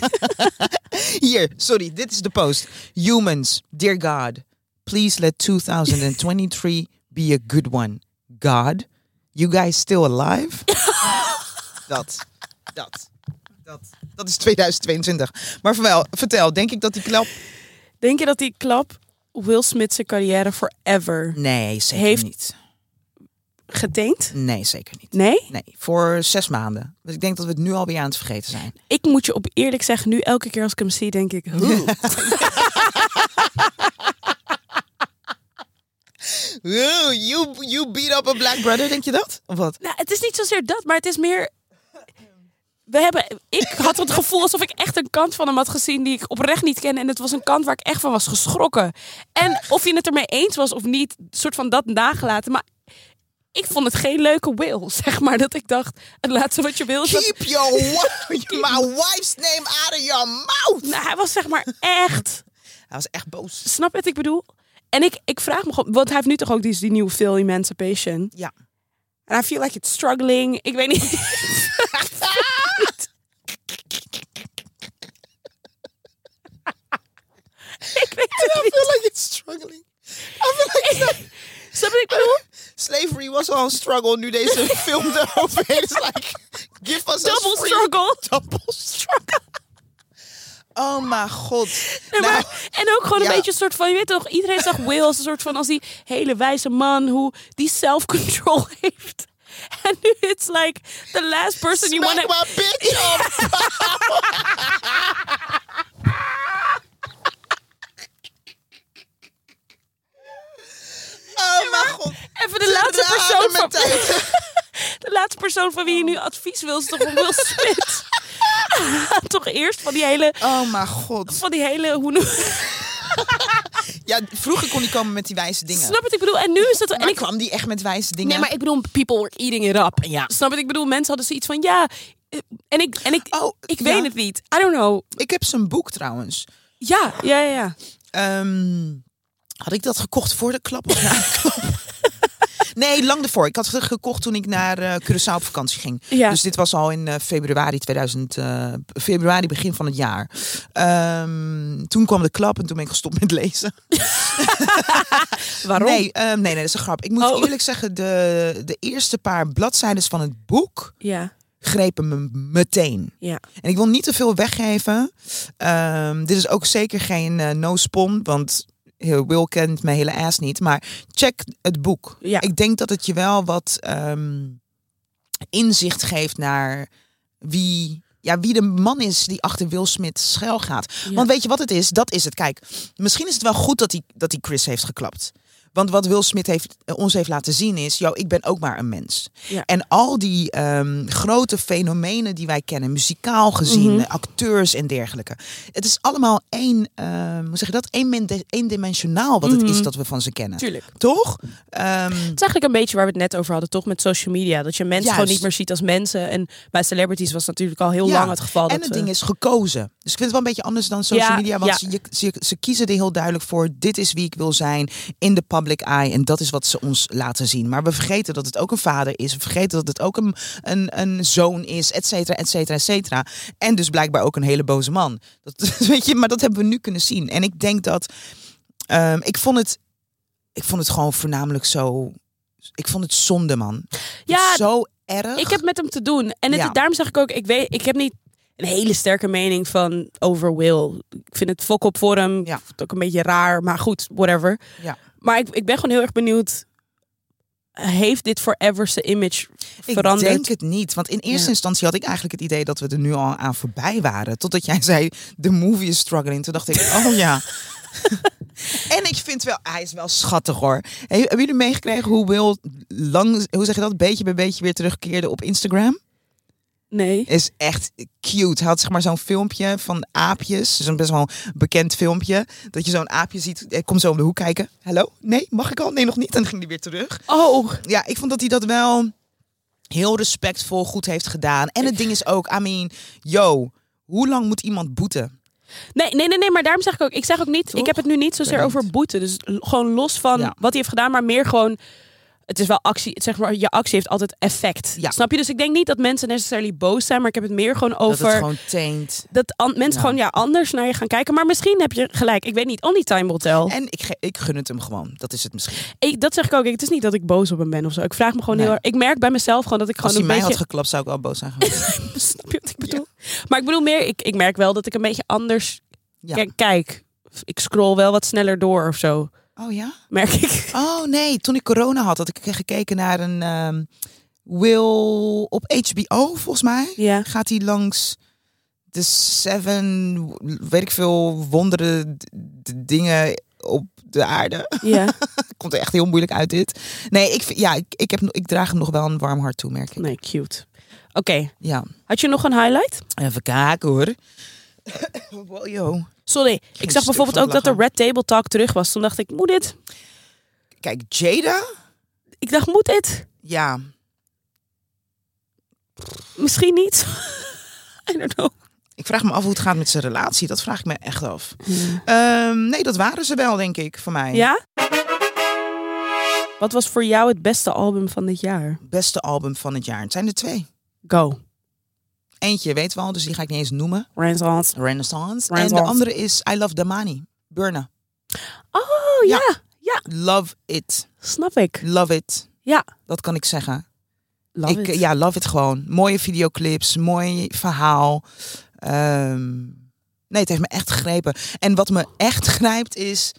B: Hier, sorry, dit is de post. Humans, dear God, please let 2023 be a good one. God, you guys still alive? dat, dat, dat, dat is 2022. Maar vertel, vertel, denk ik dat die klap...
A: Denk je dat die klap Will Smith zijn carrière forever
B: Nee, zeker
A: Heeft-
B: niet.
A: geteend?
B: Nee, zeker niet.
A: Nee?
B: Nee, voor zes maanden. Dus ik denk dat we het nu alweer aan het vergeten zijn.
A: Ik moet je op eerlijk zeggen, nu elke keer als ik hem zie, denk ik... "Huh."
B: you, you beat up a black brother, denk je dat? Of wat?
A: Nou, het is niet zozeer dat, maar het is meer... We hebben, ik had het gevoel alsof ik echt een kant van hem had gezien die ik oprecht niet kende. En het was een kant waar ik echt van was geschrokken. En of je het ermee eens was of niet, soort van dat nagelaten. Maar ik vond het geen leuke wil, zeg maar. Dat ik dacht, het laatste wat je wil is dat...
B: Keep your wi- my wife's name out of your mouth!
A: Nou, hij was zeg maar echt...
B: Hij was echt boos.
A: Snap je wat ik bedoel? En ik, ik vraag me gewoon... Want hij heeft nu toch ook die, die nieuwe film Emancipation?
B: Ja.
A: En I feel like it's struggling. Ik weet niet. ik weet het niet.
B: like it's struggling.
A: Snap je wat ik bedoel?
B: Slavery was al een struggle nu deze film eroverheen is. Like, give us
A: Double struggle.
B: Double struggle. Oh mijn god.
A: Nee, maar-
B: nou,
A: en ook gewoon
B: ja.
A: een beetje een soort van, je weet toch, iedereen zag Will als een soort van, als die hele wijze man, hoe die self-control heeft. En nu it's like the last person you
B: smack
A: want to...
B: my bitch up. oh mijn god.
A: Even de laatste
B: Raar
A: persoon van...
B: mentaliteit.
A: De laatste persoon van wie je nu advies wil is toch van Will Smith? toch eerst van die hele...
B: Oh mijn god.
A: Van die hele... Hoe noem-
B: Ja, vroeger kon hij komen met die wijze dingen.
A: Snap het? Ik bedoel, en nu is het... En
B: Maar
A: ik,
B: kwam die echt met wijze dingen?
A: nee, maar ik bedoel, people were eating it up.
B: Ja.
A: Snap het? Ik bedoel, mensen hadden zoiets van, ja... eh, En ik, en ik,
B: Oh,
A: ik
B: ja.
A: weet het niet. I don't know.
B: ik heb zijn boek trouwens.
A: Ja, ja, ja, ja.
B: Ehm, had ik dat gekocht voor de klap of na de klap? Nee, lang ervoor. Ik had het gekocht toen ik naar eh Curaçao op vakantie ging.
A: Ja.
B: Dus dit was al in eh, februari 2000, eh, februari begin van het jaar. Ehm, toen kwam de klap en toen ben ik gestopt met lezen.
A: Waarom?
B: Nee, ehm, nee, nee, dat is een grap. Ik moet
A: Oh.
B: eerlijk zeggen, de, de eerste paar bladzijden van het boek
A: Ja,
B: grepen me meteen.
A: ja.
B: En ik wil niet te veel weggeven. Ehm, dit is ook zeker geen eh, no-spon, want heel Will kent mijn hele ass niet. Maar check het boek.
A: Ja.
B: Ik denk dat het je wel wat ehm, inzicht geeft naar wie, ja, wie de man is die achter Will Smith schuil gaat.
A: Ja.
B: Want weet je wat het is? Dat is het. Kijk, misschien is het wel goed dat hij, dat hij Chris heeft geklapt. Want wat Will Smith heeft, eh, ons heeft laten zien is, yo, ik ben ook maar een mens.
A: Ja.
B: En al die ehm, grote fenomenen die wij kennen, muzikaal gezien,
A: Mhm.
B: acteurs en dergelijke. Het is allemaal één, ehm, hoe zeg je dat, Eén men- eendimensionaal wat het is dat we van ze kennen.
A: Mhm. Tuurlijk. Het
B: Toch? Ehm,
A: is eigenlijk een beetje waar we het net over hadden, toch? Met social media. Dat je mensen
B: Juist.
A: gewoon niet meer ziet als mensen. En bij celebrities was natuurlijk al heel
B: Ja,
A: lang het geval.
B: En
A: dat
B: het
A: we-
B: ding is gekozen. Dus ik vind het wel een beetje anders dan social
A: Ja,
B: media. Want
A: ja.
B: ze, je- ze, ze kiezen er heel duidelijk voor. Dit is wie ik wil zijn in de public eye. En dat is wat ze ons laten zien. Maar we vergeten dat het ook een vader is. We vergeten dat het ook een, een, een zoon is. Et cetera, et cetera, et cetera. En dus blijkbaar ook een hele boze man. Dat, weet je, maar dat hebben we nu kunnen zien. En ik denk dat... ehm, ik, vond het, ik vond het gewoon voornamelijk zo... Ik vond het zonde, man. Ik vond het
A: Ja,
B: zo erg.
A: Ik heb met hem te doen. En het,
B: Ja.
A: daarom zeg ik ook, ik, weet, ik heb niet een hele sterke mening van over Will. Ik vind het fok op voor hem. Ik
B: Ja.
A: vind het ook een beetje raar, maar goed, whatever.
B: Ja.
A: Maar ik, ik ben gewoon heel erg benieuwd. Heeft dit forever zijn image veranderd?
B: Ik denk het niet. Want in eerste
A: Ja.
B: instantie had ik eigenlijk het idee dat we er nu al aan voorbij waren. Totdat jij zei, de movie is struggling. Toen dacht ik, oh ja. en ik vind wel, hij is wel schattig hoor. He- Hebben jullie meegekregen hoe Will lang, hoe zeg je dat, beetje bij beetje weer terugkeerde op Instagram?
A: Nee.
B: Is echt cute. Hij had zeg maar zo'n filmpje van aapjes. Zo'n best wel bekend filmpje. Dat je zo'n aapje ziet. Hij komt zo om de hoek kijken. Hallo? Nee, mag ik al? Nee, nog niet. En dan ging hij weer terug
A: Oh,
B: ja, ik vond dat hij dat wel heel respectvol goed heeft gedaan. En het ding is ook, I mean, yo, hoe lang moet iemand boeten?
A: nee, nee, nee, nee, maar daarom zeg ik ook. Ik zeg ook niet,
B: Toch?
A: ik heb het nu niet
B: Ik
A: zozeer
B: weet niet.
A: over boete. Dus l- gewoon los van
B: Ja.
A: wat hij heeft gedaan, maar meer gewoon. Het is wel actie, het zeg maar, je actie heeft altijd effect.
B: Ja.
A: Snap je? Dus ik denk niet dat mensen necessarily boos zijn, maar ik heb het meer gewoon over.
B: Dat het gewoon taint.
A: dat an- mensen
B: Ja.
A: gewoon ja, anders naar je gaan kijken. Maar misschien heb je gelijk. Ik weet niet. Only time will tell.
B: En ik, ge- ik gun het hem gewoon. Dat is het misschien.
A: Ik, dat zeg ik ook. Het is niet dat ik boos op hem ben of zo. Ik vraag me gewoon
B: Nee.
A: heel erg. Ik merk bij mezelf gewoon dat ik
B: Als
A: gewoon
B: hij
A: een
B: mij had
A: beetje...
B: geklapt, zou ik wel boos zijn geweest.
A: Snap je wat ik bedoel? Maar ik bedoel meer, ik, ik merk wel dat ik een beetje anders
B: Ja.
A: k- kijk. Ik scroll wel wat sneller door of zo.
B: Oh ja?
A: merk ik.
B: Oh nee, toen ik corona had, had ik gekeken naar een ehm, Will op HBO, volgens mij.
A: Ja.
B: Gaat hij langs de seven, weet ik veel, wonderen, d- d- dingen op de aarde.
A: Ja.
B: Komt er echt heel moeilijk uit dit. Nee, ik, vind- ja, ik, ik, heb, ik draag hem nog wel een warm hart toe, merk ik.
A: Nee, cute. Oké.
B: Ja.
A: Had je nog een highlight?
B: Even kijken hoor. wow, yo.
A: Sorry, ik
B: Geen
A: zag
B: stuk
A: bijvoorbeeld
B: van
A: ook dat de
B: lachen.
A: Red Table Talk terug was. Toen dacht ik, moet dit?
B: Kijk, Jada.
A: Ik dacht, moet dit?
B: Ja,
A: Misschien niet. I don't know.
B: ik vraag me af hoe het gaat met zijn relatie. Dat vraag ik me echt af. Ehm, nee, dat waren ze wel, denk ik, voor mij.
A: Ja? Wat was voor jou het beste album van dit jaar?
B: Beste album van het jaar. Het zijn er twee.
A: Go.
B: Eentje weet wel, dus die ga ik niet eens noemen.
A: Renaissance.
B: Renaissance. En
A: Renaissance.
B: de andere is I Love Damani. Burna.
A: Oh, ja.
B: Ja.
A: ja.
B: Love it.
A: Snap ik.
B: Love it.
A: Ja.
B: Dat kan ik zeggen.
A: Love
B: ik,
A: it.
B: Ja, love it gewoon. Mooie videoclips, mooi verhaal. Ehm, nee, het heeft me echt gegrepen. En wat me echt grijpt is...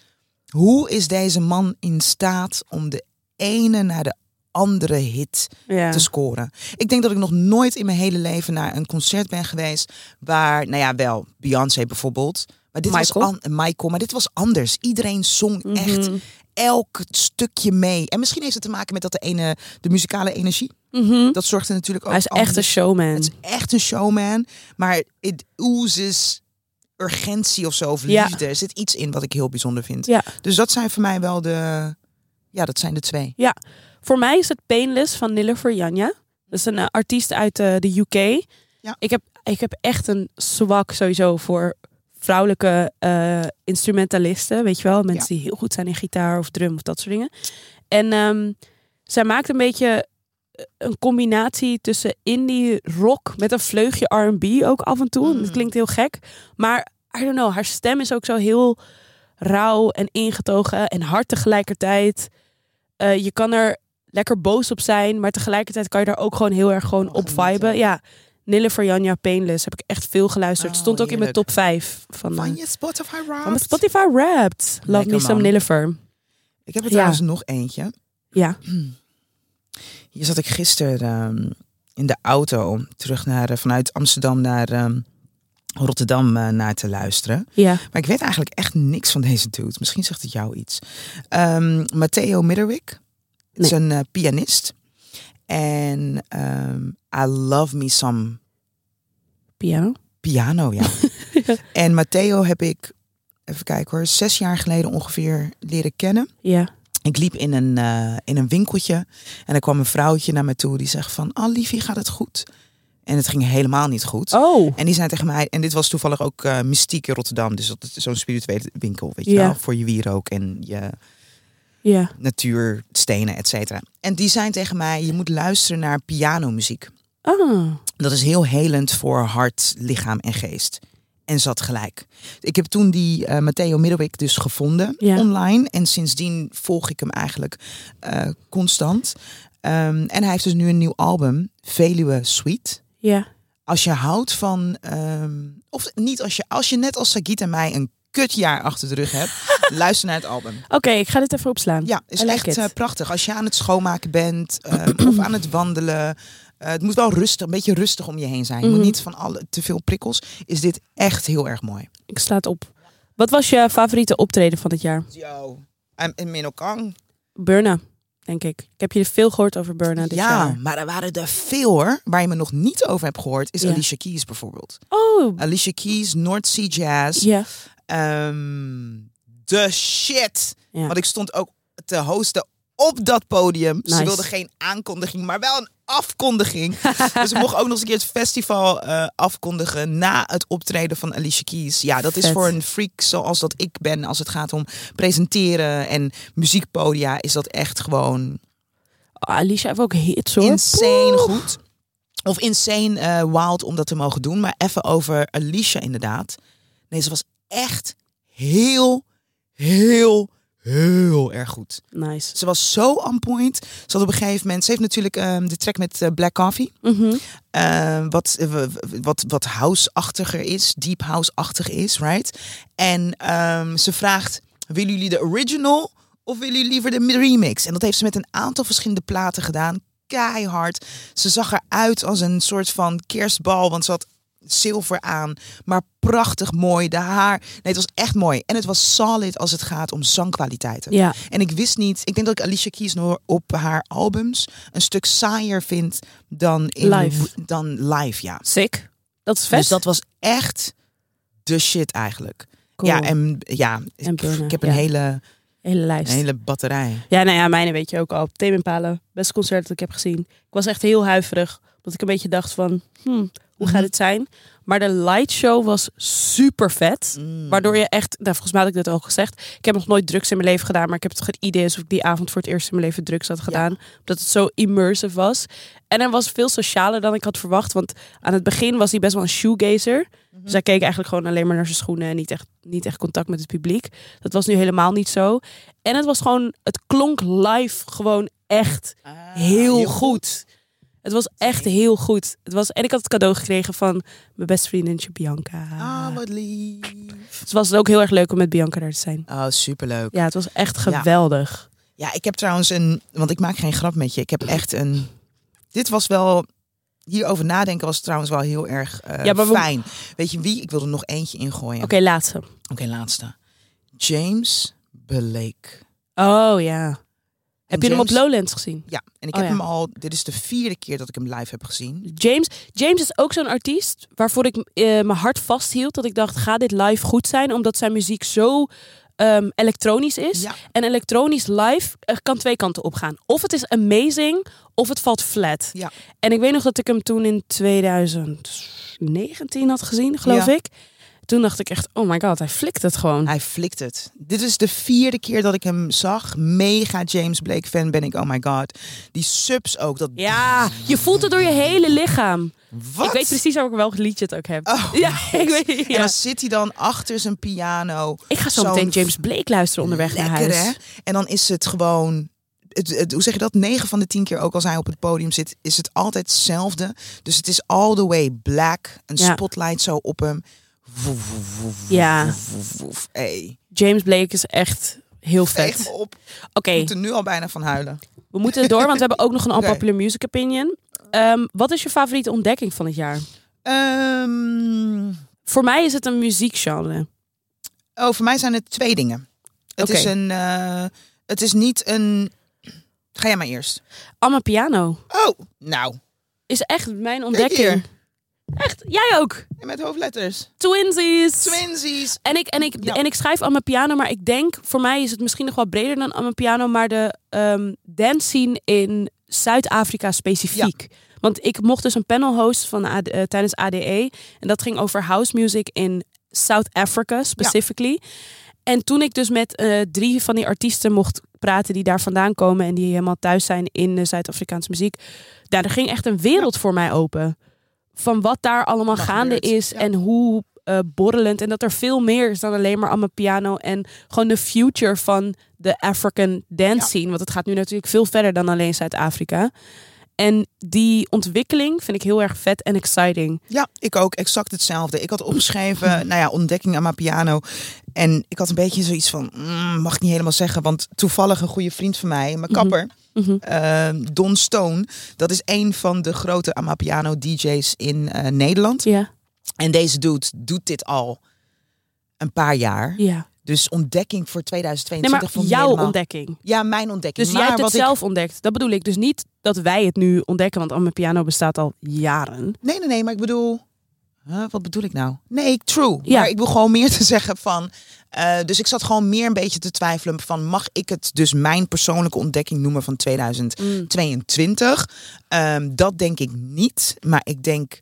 B: Hoe is deze man in staat om de ene naar de andere hit
A: Ja.
B: te scoren. Ik denk dat ik nog nooit in mijn hele leven naar een concert ben geweest waar, nou ja, wel Beyoncé bijvoorbeeld, maar dit
A: Michael. Mhm.
B: was an- Michael, maar dit was anders. Iedereen zong echt elk stukje mee. En misschien heeft het te maken met dat de ene de muzikale energie.
A: Mhm.
B: Dat zorgt er natuurlijk ook.
A: Hij is echt een
B: anders.
A: showman.
B: Het is echt een showman, maar het oozes urgentie of zo of
A: Ja.
B: liefde. Er zit iets in wat ik heel bijzonder vind.
A: Ja.
B: Dus dat zijn voor mij wel de, ja, dat zijn de twee.
A: Ja, voor mij is het Painless van Nille Janja. Dat is een eh, artiest uit eh, de UK.
B: Ja.
A: Ik, heb, ik heb echt een zwak sowieso voor vrouwelijke eh, instrumentalisten. Weet je wel, mensen die heel goed zijn in gitaar of drum of dat soort dingen. En ehm, zij maakt een beetje eh, een combinatie tussen indie rock met een vleugje R&B ook af en toe.
B: Mm.
A: Dat klinkt heel gek, maar I don't know, haar stem is ook zo heel rauw en ingetogen en hard tegelijkertijd. Eh, je kan er lekker boos op zijn, maar tegelijkertijd kan je daar ook gewoon heel erg gewoon
B: Van
A: op
B: genieten.
A: viben. Ja, Nille voor Janja Painless heb ik echt veel geluisterd.
B: Oh,
A: Stond ook in mijn
B: heerlijk.
A: top 5 van, eh,
B: Van je Spotify
A: van mijn
B: Wrapped.
A: Spotify Wrapped. Love
B: Lekker,
A: me some
B: man.
A: Nillefer.
B: Ik heb er
A: Ja.
B: trouwens nog eentje.
A: Ja.
B: Hier zat ik gisteren ehm, in de auto terug naar, eh, vanuit Amsterdam naar ehm, Rotterdam eh, naar te luisteren.
A: Ja.
B: Maar ik weet eigenlijk echt niks van deze dude. Misschien zegt het jou iets. Ehm, Matteo Midderwick is
A: Nee.
B: een eh, pianist. En ehm, I love me some
A: Piano.
B: piano, ja. en Matteo heb ik, even kijken hoor, zes jaar geleden ongeveer leren kennen.
A: Ja.
B: Ik liep in een, eh, in een winkeltje en er kwam een vrouwtje naar me toe die zegt van, oh liefie, gaat het goed? En het ging helemaal niet goed.
A: Oh.
B: En die zei tegen mij, en dit was toevallig ook eh, mystiek in Rotterdam, dus dat is zo'n spirituele winkel, weet je
A: Ja.
B: wel, voor je wierook en je
A: Ja.
B: natuurstenen, et cetera. En die zei tegen mij, je moet luisteren naar pianomuziek.
A: Ah.
B: Dat is heel helend voor hart, lichaam en geest. En zat gelijk. Ik heb toen die eh, Matteo Middelwijk dus gevonden
A: Ja.
B: online. En sindsdien volg ik hem eigenlijk eh, constant. Ehm, en hij heeft dus nu een nieuw album, Veluwe Sweet.
A: Ja.
B: Als je houdt van... ehm, of niet als je... Als je net als Sagit en mij een kutjaar achter de rug hebt... luister naar het album.
A: Oké, ik ga dit even opslaan.
B: Ja, is
A: I like
B: echt
A: it.
B: eh, prachtig. Als je aan het schoonmaken bent ehm, of aan het wandelen. eh, het moet wel rustig, een beetje rustig om je heen zijn. Je
A: Mhm.
B: moet niet van alle, te veel prikkels. Is dit echt heel erg mooi.
A: Ik sla het op. Wat was je favoriete optreden van dit jaar?
B: Yo. En in Minokang.
A: Burna, denk ik. Ik heb je veel gehoord over Burna dit
B: Ja,
A: jaar.
B: maar er waren er veel hoor. Waar je me nog niet over hebt gehoord is
A: Ja.
B: Alicia Keys bijvoorbeeld.
A: Oh.
B: Alicia Keys, North Sea Jazz.
A: Ja.
B: Ehm, the shit.
A: Ja.
B: Want ik stond ook te hosten op dat podium.
A: Nice.
B: Ze wilde geen aankondiging, maar wel een afkondiging. dus ik mocht ook nog eens een keer het festival eh, afkondigen na het optreden van Alicia Keys. Ja, dat is
A: Vet.
B: voor een freak zoals dat ik ben als het gaat om presenteren en muziekpodia is dat echt gewoon
A: Oh, Alicia heeft ook hits hoor.
B: insane
A: Poeh.
B: goed. Of insane eh, wild om dat te mogen doen. Maar even over Alicia inderdaad. Nee, ze was echt heel, heel, heel erg goed.
A: Nice.
B: Ze was zo on point. Ze had op een gegeven moment... Ze heeft natuurlijk ehm, de track met eh, Black Coffee.
A: Mhm.
B: eh, wat, eh, w- w- wat, wat house-achtiger is. Deep house-achtig is, right? En ehm, ze vraagt... Willen jullie de original Of willen jullie liever de remix? En dat heeft ze met een aantal verschillende platen gedaan. Keihard. Ze zag eruit als een soort van kerstbal, want ze had zilver aan. Maar prachtig mooi. De haar. Nee, het was echt mooi. En het was solid als het gaat om zangkwaliteiten.
A: Ja.
B: En ik wist niet, ik denk dat ik Alicia Keys no- op haar albums een stuk saaier vind dan in
A: Live.
B: Dan live ja.
A: Sick. Dat is
B: Dus
A: vet.
B: dat was echt de shit eigenlijk.
A: Cool.
B: Ja, en ja, ik,
A: Burner,
B: ik heb een
A: ja.
B: hele,
A: Hele
B: een
A: lijst.
B: hele batterij.
A: Ja, nou ja, mijne weet je ook al. Themenpalen. Beste concert dat ik heb gezien. Ik was echt heel huiverig. Omdat ik een beetje dacht van, hmm, hoe gaat het zijn? Maar de lightshow was super vet. Waardoor je echt, nou, volgens mij had ik dat al gezegd. Ik heb nog nooit drugs in mijn leven gedaan. Maar ik heb toch het idee alsof ik die avond voor het eerst in mijn leven drugs had gedaan. Omdat het zo immersive was. En hij was veel socialer dan ik had verwacht. Want aan het begin was hij best wel een shoegazer. Dus hij keek eigenlijk gewoon alleen maar naar zijn schoenen. En niet echt, niet echt contact met het publiek. Dat was nu helemaal niet zo. En het was gewoon, het klonk live gewoon echt Ah, heel,
B: heel
A: goed. Het was echt heel goed. Het was, en ik had het cadeau gekregen van mijn beste vriendinnetje Bianca.
B: Ah, wat lief.
A: Dus was het ook heel erg leuk om met Bianca daar te zijn.
B: Oh, superleuk.
A: Ja, het was echt
B: Ja.
A: geweldig.
B: Ja, ik heb trouwens een. Want ik maak geen grap met je. Ik heb echt een. Dit was wel. Hierover nadenken was trouwens wel heel erg eh,
A: Ja, maar we-
B: fijn. Weet je wie? Ik wil er nog eentje ingooien.
A: Oké, laatste.
B: Oké, laatste. James Blake.
A: Oh ja. Heb je hem op
B: James-
A: Lowlands gezien?
B: Ja, en ik
A: Oh,
B: heb
A: ja.
B: hem al. Dit is de vierde keer dat ik hem live heb gezien.
A: James, James is ook zo'n artiest waarvoor ik eh, mijn hart vasthield. Dat ik dacht, gaat dit live goed zijn? Omdat zijn muziek zo ehm, elektronisch is.
B: Ja.
A: En elektronisch live eh, kan twee kanten opgaan. Of het is amazing, of het valt flat.
B: Ja.
A: En ik weet nog dat ik hem toen in 2019 had gezien, geloof
B: Ja.
A: ik. Toen dacht ik echt, oh my god, hij flikt het gewoon.
B: Hij flikt het. Dit is de vierde keer dat ik hem zag. Mega James Blake fan ben ik. Oh my god. Die subs ook. Dat
A: Ja, je voelt het door je hele lichaam.
B: Wat?
A: Ik weet precies waar ik welk liedje het ook heb.
B: Oh,
A: ja, ik weet
B: En
A: ja.
B: dan zit hij dan achter zijn piano.
A: Ik ga zo
B: Zo'n
A: meteen James Blake luisteren onderweg naar
B: Lekker
A: huis.
B: hè? En dan is het gewoon. Het, het- hoe zeg je dat? 9 van de 10 keer ook als hij op het podium zit, is het altijd hetzelfde. Dus het is all the way black. Een
A: Ja.
B: spotlight zo op hem. Woef, woef, woef, woef,
A: Ja.
B: woef, woef, woef. Hey,
A: James Blake is echt heel
B: veeg
A: vet.
B: me
A: Oké,
B: op. Ik moet er nu al bijna van huilen.
A: we moeten door, want we hebben ook nog een
B: Oké.
A: unpopular music opinion. Ehm, wat is je favoriete ontdekking van het jaar?
B: Ehm,
A: Voor mij is het een muziekgenre.
B: oh, voor mij zijn het twee dingen. Het,
A: Oké.
B: is een, eh, het is niet een. Ga jij maar eerst.
A: Amma Piano
B: Oh, nou.
A: is echt mijn
B: Zeker.
A: ontdekking. Echt, jij ook.
B: En met hoofdletters.
A: Twinsies.
B: Twinsies.
A: En ik, en, ik,
B: Ja.
A: en ik schrijf aan mijn piano, maar ik denk, voor mij is het misschien nog wel breder dan aan mijn piano, maar de ehm dance scene in Zuid-Afrika specifiek. Want ik mocht dus een panel hosten van AD, eh, tijdens ADE en dat ging over house music in South Africa specifically. En toen ik dus met eh, drie van die artiesten mocht praten die daar vandaan komen en die helemaal thuis zijn in eh, Zuid-Afrikaanse muziek, daar er ging echt een wereld voor mij open. Van wat daar allemaal
B: Wat
A: gaande
B: gebeurt,
A: is
B: ja.
A: en hoe eh, borrelend. En dat er veel meer is dan alleen maar allemaal piano en gewoon de future van de African dance
B: Ja.
A: scene. Want het gaat nu natuurlijk veel verder dan alleen Zuid-Afrika. En die ontwikkeling vind ik heel erg vet en exciting.
B: Ja, ik ook. Exact hetzelfde. Ik had opgeschreven,
A: Mm.
B: nou ja, ontdekking aan mijn piano. En ik had een beetje zoiets van, mm, mag ik niet helemaal zeggen. Want toevallig een goede vriend van mij, mijn kapper,
A: Mhm.
B: eh, Don Stone. Dat is een van de grote Amapiano DJ's in eh, Nederland.
A: Ja,
B: En deze dude doet dit al een paar jaar.
A: ja.
B: Dus ontdekking voor
A: Nee,
B: 2022
A: maar
B: vond ik
A: jouw
B: helemaal-
A: ontdekking.
B: Ja, mijn ontdekking.
A: Dus
B: maar
A: jij hebt het
B: wat ik-
A: zelf ontdekt. Dat bedoel ik. Dus niet dat wij het nu ontdekken, want Amma Piano bestaat al jaren.
B: Nee, nee, nee, maar ik bedoel. Huh, wat bedoel ik nou? Nee, true.
A: Ja.
B: Maar ik wil gewoon meer te zeggen van. eh, dus ik zat gewoon meer een beetje te twijfelen van mag ik het dus mijn persoonlijke ontdekking noemen van 2022? Ehm, dat denk ik niet. Maar ik denk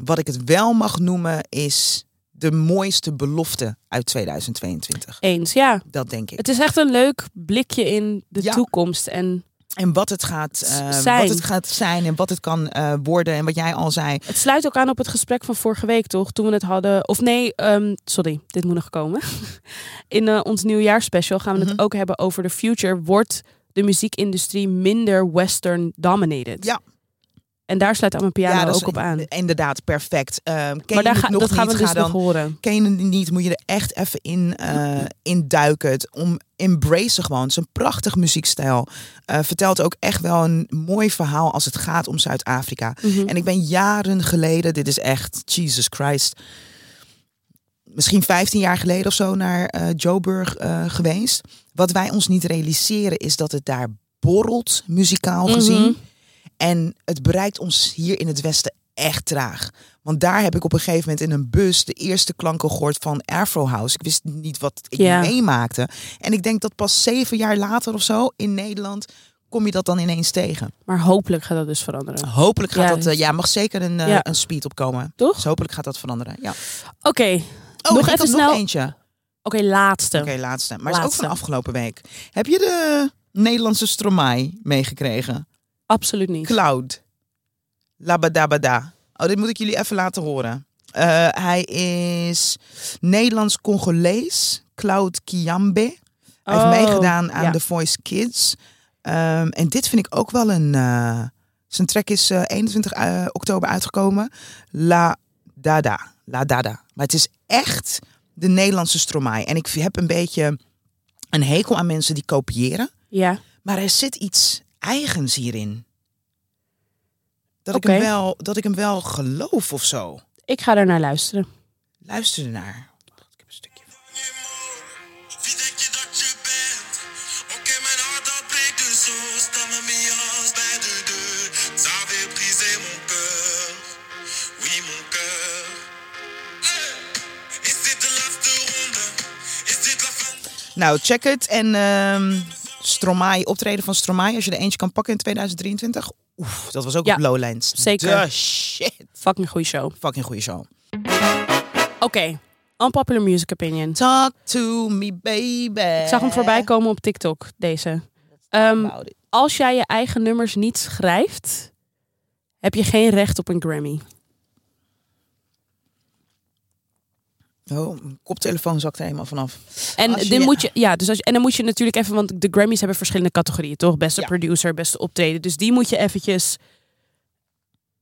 B: wat ik het wel mag noemen is de mooiste belofte uit 2022.
A: Eens, ja.
B: Dat denk ik.
A: Het is echt een leuk blikje in de
B: Ja.
A: toekomst. En
B: En wat het, gaat, eh,
A: zijn.
B: wat het gaat zijn en wat het kan eh, worden en wat jij al zei.
A: Het sluit ook aan op het gesprek van vorige week, toch? Toen we het hadden. Of nee, ehm, sorry, dit moet nog komen. In eh, ons nieuwjaarspecial gaan we
B: Mhm.
A: het ook hebben over de future. Wordt de muziekindustrie minder western dominated?
B: Ja.
A: En daar sluit Amma Piano
B: ja, dat is
A: ook op aan.
B: inderdaad perfect. Ehm, ken je
A: Maar daar
B: het
A: ga,
B: nog
A: dat gaan
B: niet,
A: we dus
B: ga dan
A: nog horen.
B: ken je het niet, moet je er echt even in, eh in duiken. Het om embrace gewoon. Het is een prachtig muziekstijl. Eh, vertelt ook echt wel een mooi verhaal als het gaat om Zuid-Afrika.
A: Mhm.
B: En ik ben jaren geleden, dit is echt Jesus Christ, misschien 15 jaar geleden of zo naar eh Joburg eh, geweest. Wat wij ons niet realiseren is dat het daar borrelt, muzikaal
A: Mhm.
B: gezien. En het bereikt ons hier in het Westen echt traag. Want daar heb ik op een gegeven moment in een bus de eerste klanken gehoord van Afro House. Ik wist niet wat ik
A: Ja.
B: meemaakte. En ik denk dat pas zeven jaar later of zo in Nederland kom je dat dan ineens tegen.
A: Maar hopelijk gaat dat dus veranderen.
B: Hopelijk gaat
A: Ja,
B: dat, eh, ja, mag zeker een, eh,
A: Ja.
B: een speed opkomen.
A: Toch?
B: Dus hopelijk gaat dat veranderen. Ja.
A: Oké,
B: Oh,
A: Nog
B: ik had
A: even
B: nog
A: snel-
B: eentje. Oké,
A: oké, laatste.
B: laatste. Maar is ook
A: Laatste.
B: van afgelopen week. Heb je de Nederlandse Stromae meegekregen?
A: Absoluut niet.
B: Cloud. Labadabada. Oh, dit moet ik jullie even laten horen. Eh, hij is Nederlands-Congolees. Cloud Kiambe. Hij
A: Oh,
B: heeft meegedaan aan
A: ja.
B: The Voice Kids. Ehm, en dit vind ik ook wel een... eh, zijn track is eh, 21 eh, oktober uitgekomen. La Dada. La Dada. Maar het is echt de Nederlandse Stromae. En ik heb een beetje een hekel aan mensen die kopiëren.
A: Ja.
B: Maar er zit iets eigens hierin. Dat,
A: Oké.
B: ik, hem wel, dat ik hem wel geloof of zo.
A: Ik ga er naar luisteren.
B: Luister ernaar. Ik heb een stukje van.
D: Wie denk je dat je bent? Oké, mijn hart dat breekt dus zo. Sta me mee als bij de deur. Ça avait brisé mon cœur. Oui, mon cœur. Hey! Is dit de laatste ronde? Is dit la fin?
B: Nou, check het. En ehm Stromae, optreden van Stromae. Als je er eentje kan pakken in 2023. Oef, dat was ook
A: Ja,
B: op Lowlands.
A: zeker.
B: The shit.
A: Fucking goede show.
B: Fucking goede show.
A: Oké, unpopular music opinion.
B: Talk to me, baby.
A: Ik zag hem voorbij komen op TikTok, deze. Ehm,
B: About it.
A: als jij je eigen nummers niet schrijft, heb je geen recht op een Grammy.
B: Oh, mijn koptelefoon zakt er helemaal vanaf.
A: En,
B: Als je
A: dit
B: je-
A: moet je, ja, dus als je, en dan moet je natuurlijk even, want de Grammys hebben verschillende categorieën, toch? Beste
B: Ja.
A: producer, beste optreden. Dus die moet je eventjes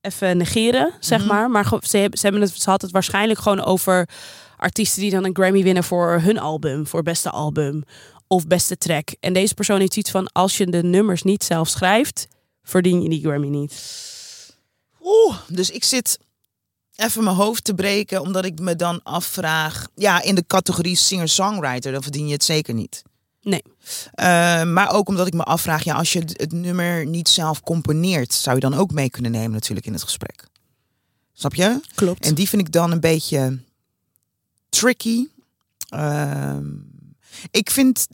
A: even negeren, zeg
B: Mhm.
A: maar. Maar gewoon- ze, hebben- ze, hebben het, ze had het waarschijnlijk gewoon over artiesten die dan een Grammy winnen voor hun album, voor beste album of beste track. En deze persoon heeft iets van, als je de nummers niet zelf schrijft, verdien je die Grammy niet.
B: Oeh, dus ik zit even mijn hoofd te breken, omdat ik me dan afvraag. Ja, in de categorie singer-songwriter, dan verdien je het zeker niet.
A: Nee.
B: Eh, maar ook omdat ik me afvraag, ja, als je het het nummer niet zelf componeert, zou je dan ook mee kunnen nemen, natuurlijk, in het gesprek. Snap je?
A: Klopt.
B: En die vind ik dan een beetje tricky. Ehm, ik, vind,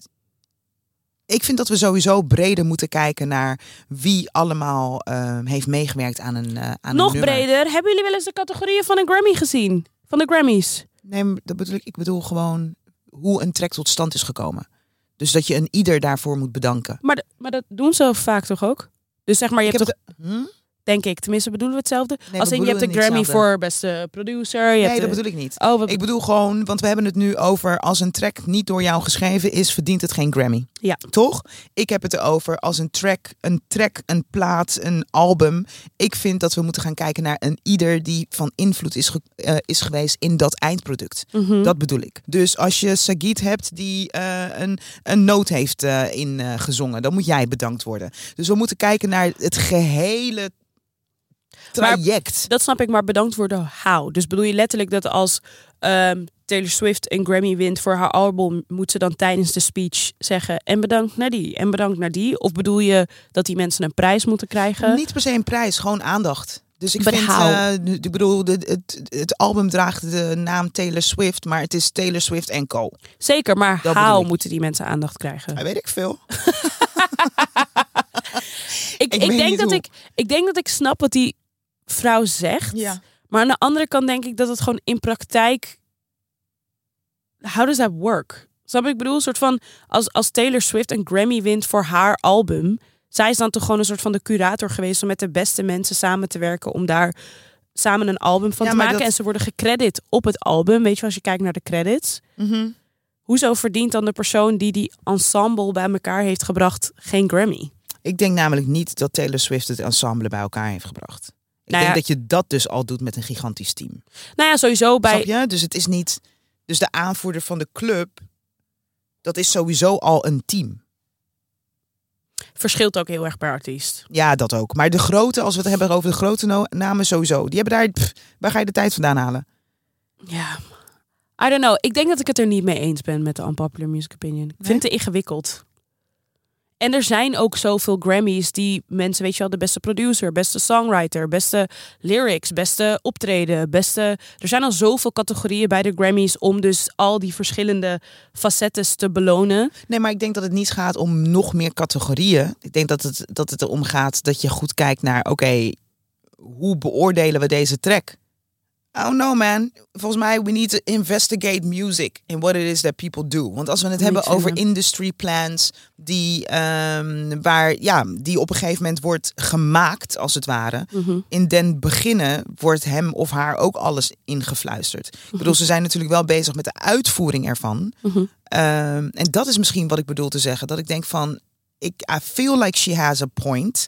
B: ik vind dat we sowieso breder moeten kijken naar wie allemaal ehm, heeft meegewerkt aan een, eh, aan
A: Nog
B: een nummer.
A: breder, hebben jullie wel eens de categorieën van een Grammy gezien? Van de Grammys?
B: Nee, maar dat bedoel ik. Ik bedoel gewoon hoe een track tot stand is gekomen. Dus dat je een ieder daarvoor moet bedanken.
A: Maar, d- maar dat doen ze vaak toch ook? Dus zeg maar, je
B: Ik
A: hebt toch,
B: heb de- hm?
A: denk ik, tenminste bedoelen we hetzelfde?
B: we
A: Als in, je
B: bedoelen
A: hebt een
B: niet
A: Grammy
B: hetzelfde.
A: voor beste producer. Je
B: Nee,
A: hebt
B: dat
A: de-
B: bedoel ik niet.
A: Oh, wat,
B: Ik bedoel gewoon, want we hebben het nu over als een track niet door jou geschreven is, verdient het geen Grammy.
A: Ja.
B: Toch? Ik heb het erover als een track, een track, een plaat, een album. Ik vind dat we moeten gaan kijken naar een ieder die van invloed is, ge- eh, is geweest in dat eindproduct.
A: Mhm.
B: Dat bedoel ik. Dus als je Sagit hebt die eh, een, een noot heeft eh, in eh, gezongen, dan moet jij bedankt worden. Dus we moeten kijken naar het gehele traject.
A: dat snap ik, maar bedankt worden how. Dus bedoel je letterlijk dat als ehm, Taylor Swift een Grammy wint voor haar album, moet ze dan tijdens de speech zeggen en bedankt naar die en bedankt naar die? Of bedoel je dat die mensen een prijs moeten krijgen?
B: Niet per se een prijs, gewoon aandacht. Dus ik
A: But
B: vind,
A: how?
B: eh, nu- ik bedoel, de- het, het album draagt de naam Taylor Swift, maar het is Taylor Swift en Co.
A: Zeker, maar
B: Dat bedoel
A: how
B: ik.
A: moeten die mensen aandacht krijgen?
B: Dat weet ik veel.
A: ik,
B: Ik
A: ik,
B: weet
A: denk
B: niet
A: dat
B: hoe.
A: ik, ik denk dat ik snap wat die vrouw zegt.
B: Ja.
A: Maar aan de andere kant denk ik dat het gewoon in praktijk. How does that work? Snap je wat ik bedoel? Een soort van als, als Taylor Swift een Grammy wint voor haar album. Zij is dan toch gewoon een soort van de curator geweest om met de beste mensen samen te werken. Om daar samen een album van
B: Ja,
A: te
B: maar
A: maken.
B: dat-
A: En ze worden gecredit op het album. Weet je, als je kijkt naar de credits.
B: Mhm.
A: Hoezo verdient dan de persoon die die ensemble bij elkaar heeft gebracht geen Grammy?
B: Ik denk namelijk niet dat Taylor Swift het ensemble bij elkaar heeft gebracht. Ik
A: Nou ja,
B: denk dat je dat dus al doet met een gigantisch team.
A: nou ja, sowieso bij...
B: Snap je? Dus het is niet. Dus de aanvoerder van de club, dat is sowieso al een team.
A: verschilt ook heel erg per artiest.
B: Ja, dat ook. Maar de grote, als we het hebben over de grote no- namen sowieso, die hebben daar. pff, waar ga je de tijd vandaan halen?
A: Ja. I don't know. Ik denk dat ik het er niet mee eens ben met de unpopular music opinion. Ik vind het ingewikkeld. En er zijn ook zoveel Grammys die mensen, weet je wel, de beste producer, beste songwriter, beste lyrics, beste optreden, beste... Er zijn al zoveel categorieën bij de Grammys om dus al die verschillende facettes te belonen.
B: Nee, maar ik denk dat het niet gaat om nog meer categorieën. Ik denk dat het, dat het erom gaat dat je goed kijkt naar, oké, hoe beoordelen we deze track? Oh no man, volgens mij we need to investigate music in what it is that people do. Want als we het
A: Niet
B: hebben over
A: vinden.
B: industry plans die, ehm, waar, ja, die op een gegeven moment wordt gemaakt als het ware. In den beginnen wordt hem of haar ook alles ingefluisterd. Ik bedoel, ze zijn natuurlijk wel bezig met de uitvoering ervan. Ehm, en dat is misschien wat ik bedoel te zeggen. Dat ik denk van, ik, I feel like she has a point.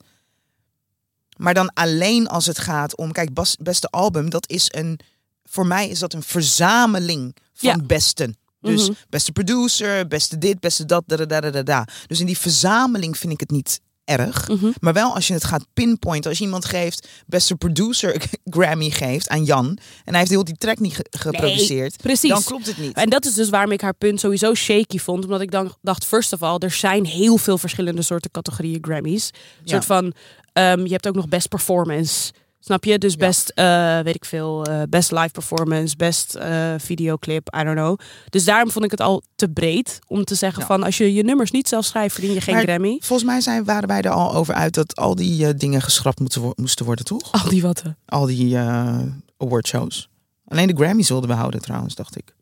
B: Maar dan alleen als het gaat om, kijk, bas- beste album, dat is een, voor mij is dat een verzameling van
A: Ja. Mhm.
B: besten. Dus beste producer, beste dit, beste dat, da, da, da, da, da, da. Dus in die verzameling vind ik het niet erg.
A: Mhm.
B: Maar wel als je het gaat pinpointen. Als je iemand geeft, beste producer Grammy geeft aan Jan. En hij heeft heel die track niet ge- geproduceerd.
A: precies.
B: Dan klopt het niet.
A: En dat is dus waarom ik haar punt sowieso shaky vond. Omdat ik dan dacht, first of all, er zijn heel veel verschillende soorten categorieën Grammys. Een soort van, ehm, je hebt ook nog best performance. Snap je? Dus best, eh, weet ik veel, eh, best live performance, best eh, videoclip, I don't know. Dus daarom vond ik het al te breed om te zeggen
B: Ja.
A: van, als je je nummers niet zelf schrijft, verdien je geen
B: Maar
A: Grammy.
B: Volgens mij zijn, waren wij er al over uit dat al die eh, dingen geschrapt moeten wo- moesten worden, toch?
A: Al die watten.
B: Al die eh awardshows. Alleen de Grammys wilden we houden trouwens, dacht ik.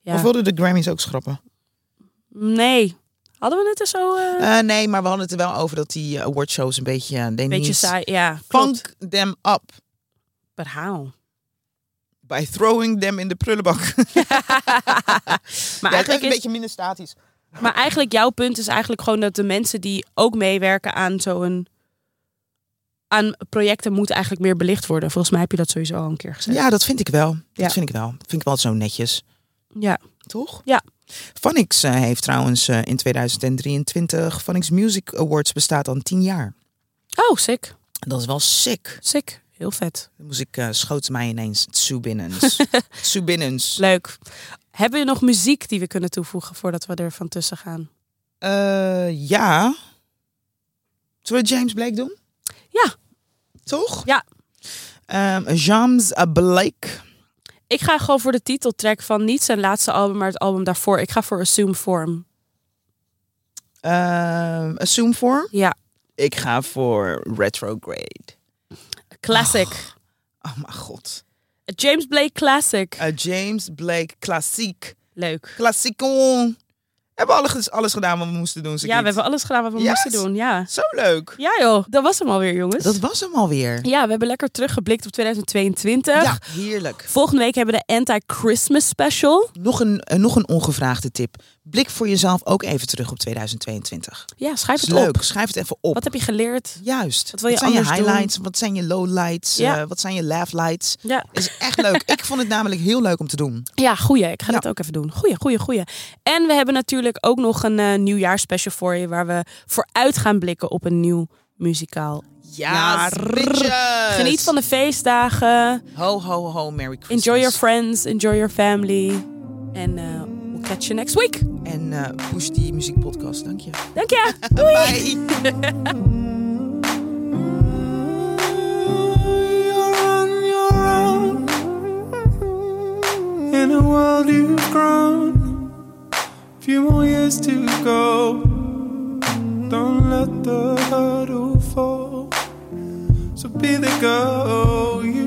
A: Ja.
B: Of wilden de Grammys ook schrappen?
A: Nee. Hadden we het er zo... eh,
B: Eh, nee, maar we hadden het er wel over dat die awardshows een beetje... eh, they
A: Beetje
B: need-
A: saai, ja. Klopt.
B: Funk them up
A: Verhaal.
B: by throwing them in de prullenbak. Ja, het
A: Maar
B: is
A: eigenlijk
B: een
A: is,
B: beetje minder statisch.
A: Maar eigenlijk jouw punt is eigenlijk gewoon dat de mensen die ook meewerken aan zo'n aan projecten moeten eigenlijk meer belicht worden. Volgens mij heb je dat sowieso al een keer gezegd.
B: Ja, dat vind ik wel.
A: Ja.
B: Dat vind ik wel. Vind ik wel zo netjes.
A: Ja.
B: Toch?
A: Ja.
B: Phonics eh, heeft trouwens eh, in 2023... Phonics Music Awards bestaat dan 10 jaar.
A: Oh, sick.
B: Dat is wel sick.
A: Sick. Heel vet.
B: Dan moest ik, eh, schoot mij ineens Tsu Binnens. Tsu Binnens.
A: Leuk. Hebben we nog muziek die we kunnen toevoegen voordat we er van tussen gaan?
B: Eh, ja. Zullen we James Blake doen?
A: Ja.
B: Toch?
A: Ja.
B: Ehm, James Blake.
A: Ik ga gewoon voor de titeltrack van niet zijn laatste album, maar het album daarvoor. Ik ga voor Assume Form.
B: Ehm, assume voor.
A: Ja.
B: Ik ga voor Retrograde.
A: Classic.
B: Oh mijn god.
A: James Blake Classic.
B: Eh, James Blake, klassiek.
A: Leuk.
B: Klassiekon. Hebben we alles, alles gedaan wat we moesten doen.
A: Ja, we hebben alles gedaan wat we
B: Yes.
A: moesten doen. Ja.
B: Zo leuk.
A: Ja joh. Dat was hem alweer jongens.
B: Dat was hem alweer.
A: Ja, we hebben lekker teruggeblikt op 2022.
B: Ja, heerlijk.
A: Volgende week hebben we de anti-Christmas special.
B: Nog een, eh, nog een ongevraagde tip. Blik voor jezelf ook even terug op 2022.
A: Ja, schrijf
B: Is
A: het
B: leuk.
A: op.
B: Schrijf het even op.
A: Wat heb je geleerd?
B: Juist.
A: Wat wil je
B: zijn je
A: anders doen?
B: highlights? Wat zijn je lowlights?
A: Ja.
B: Eh, wat zijn je laughlights?
A: Ja,
B: Is echt leuk. Ik vond het namelijk heel leuk om te doen.
A: ja goeie. Ik ga
B: Ja.
A: dat ook even doen. Goeie, goeie, goeie. En we hebben natuurlijk ook nog een eh nieuwjaarsspecial voor je... waar we vooruit gaan blikken op een nieuw muzikaal.
B: Ja, bitches.
A: Geniet van de feestdagen.
B: Ho, ho, ho, Merry Christmas.
A: Enjoy your friends. Enjoy your family. En eh, we'll catch you next week.
B: En eh, push die muziekpodcast. Dank je.
A: Dank je.
B: Bye.
E: You're on your own in a world you've grown. Few more years to go. Don't let the hurdle fall. So be the girl you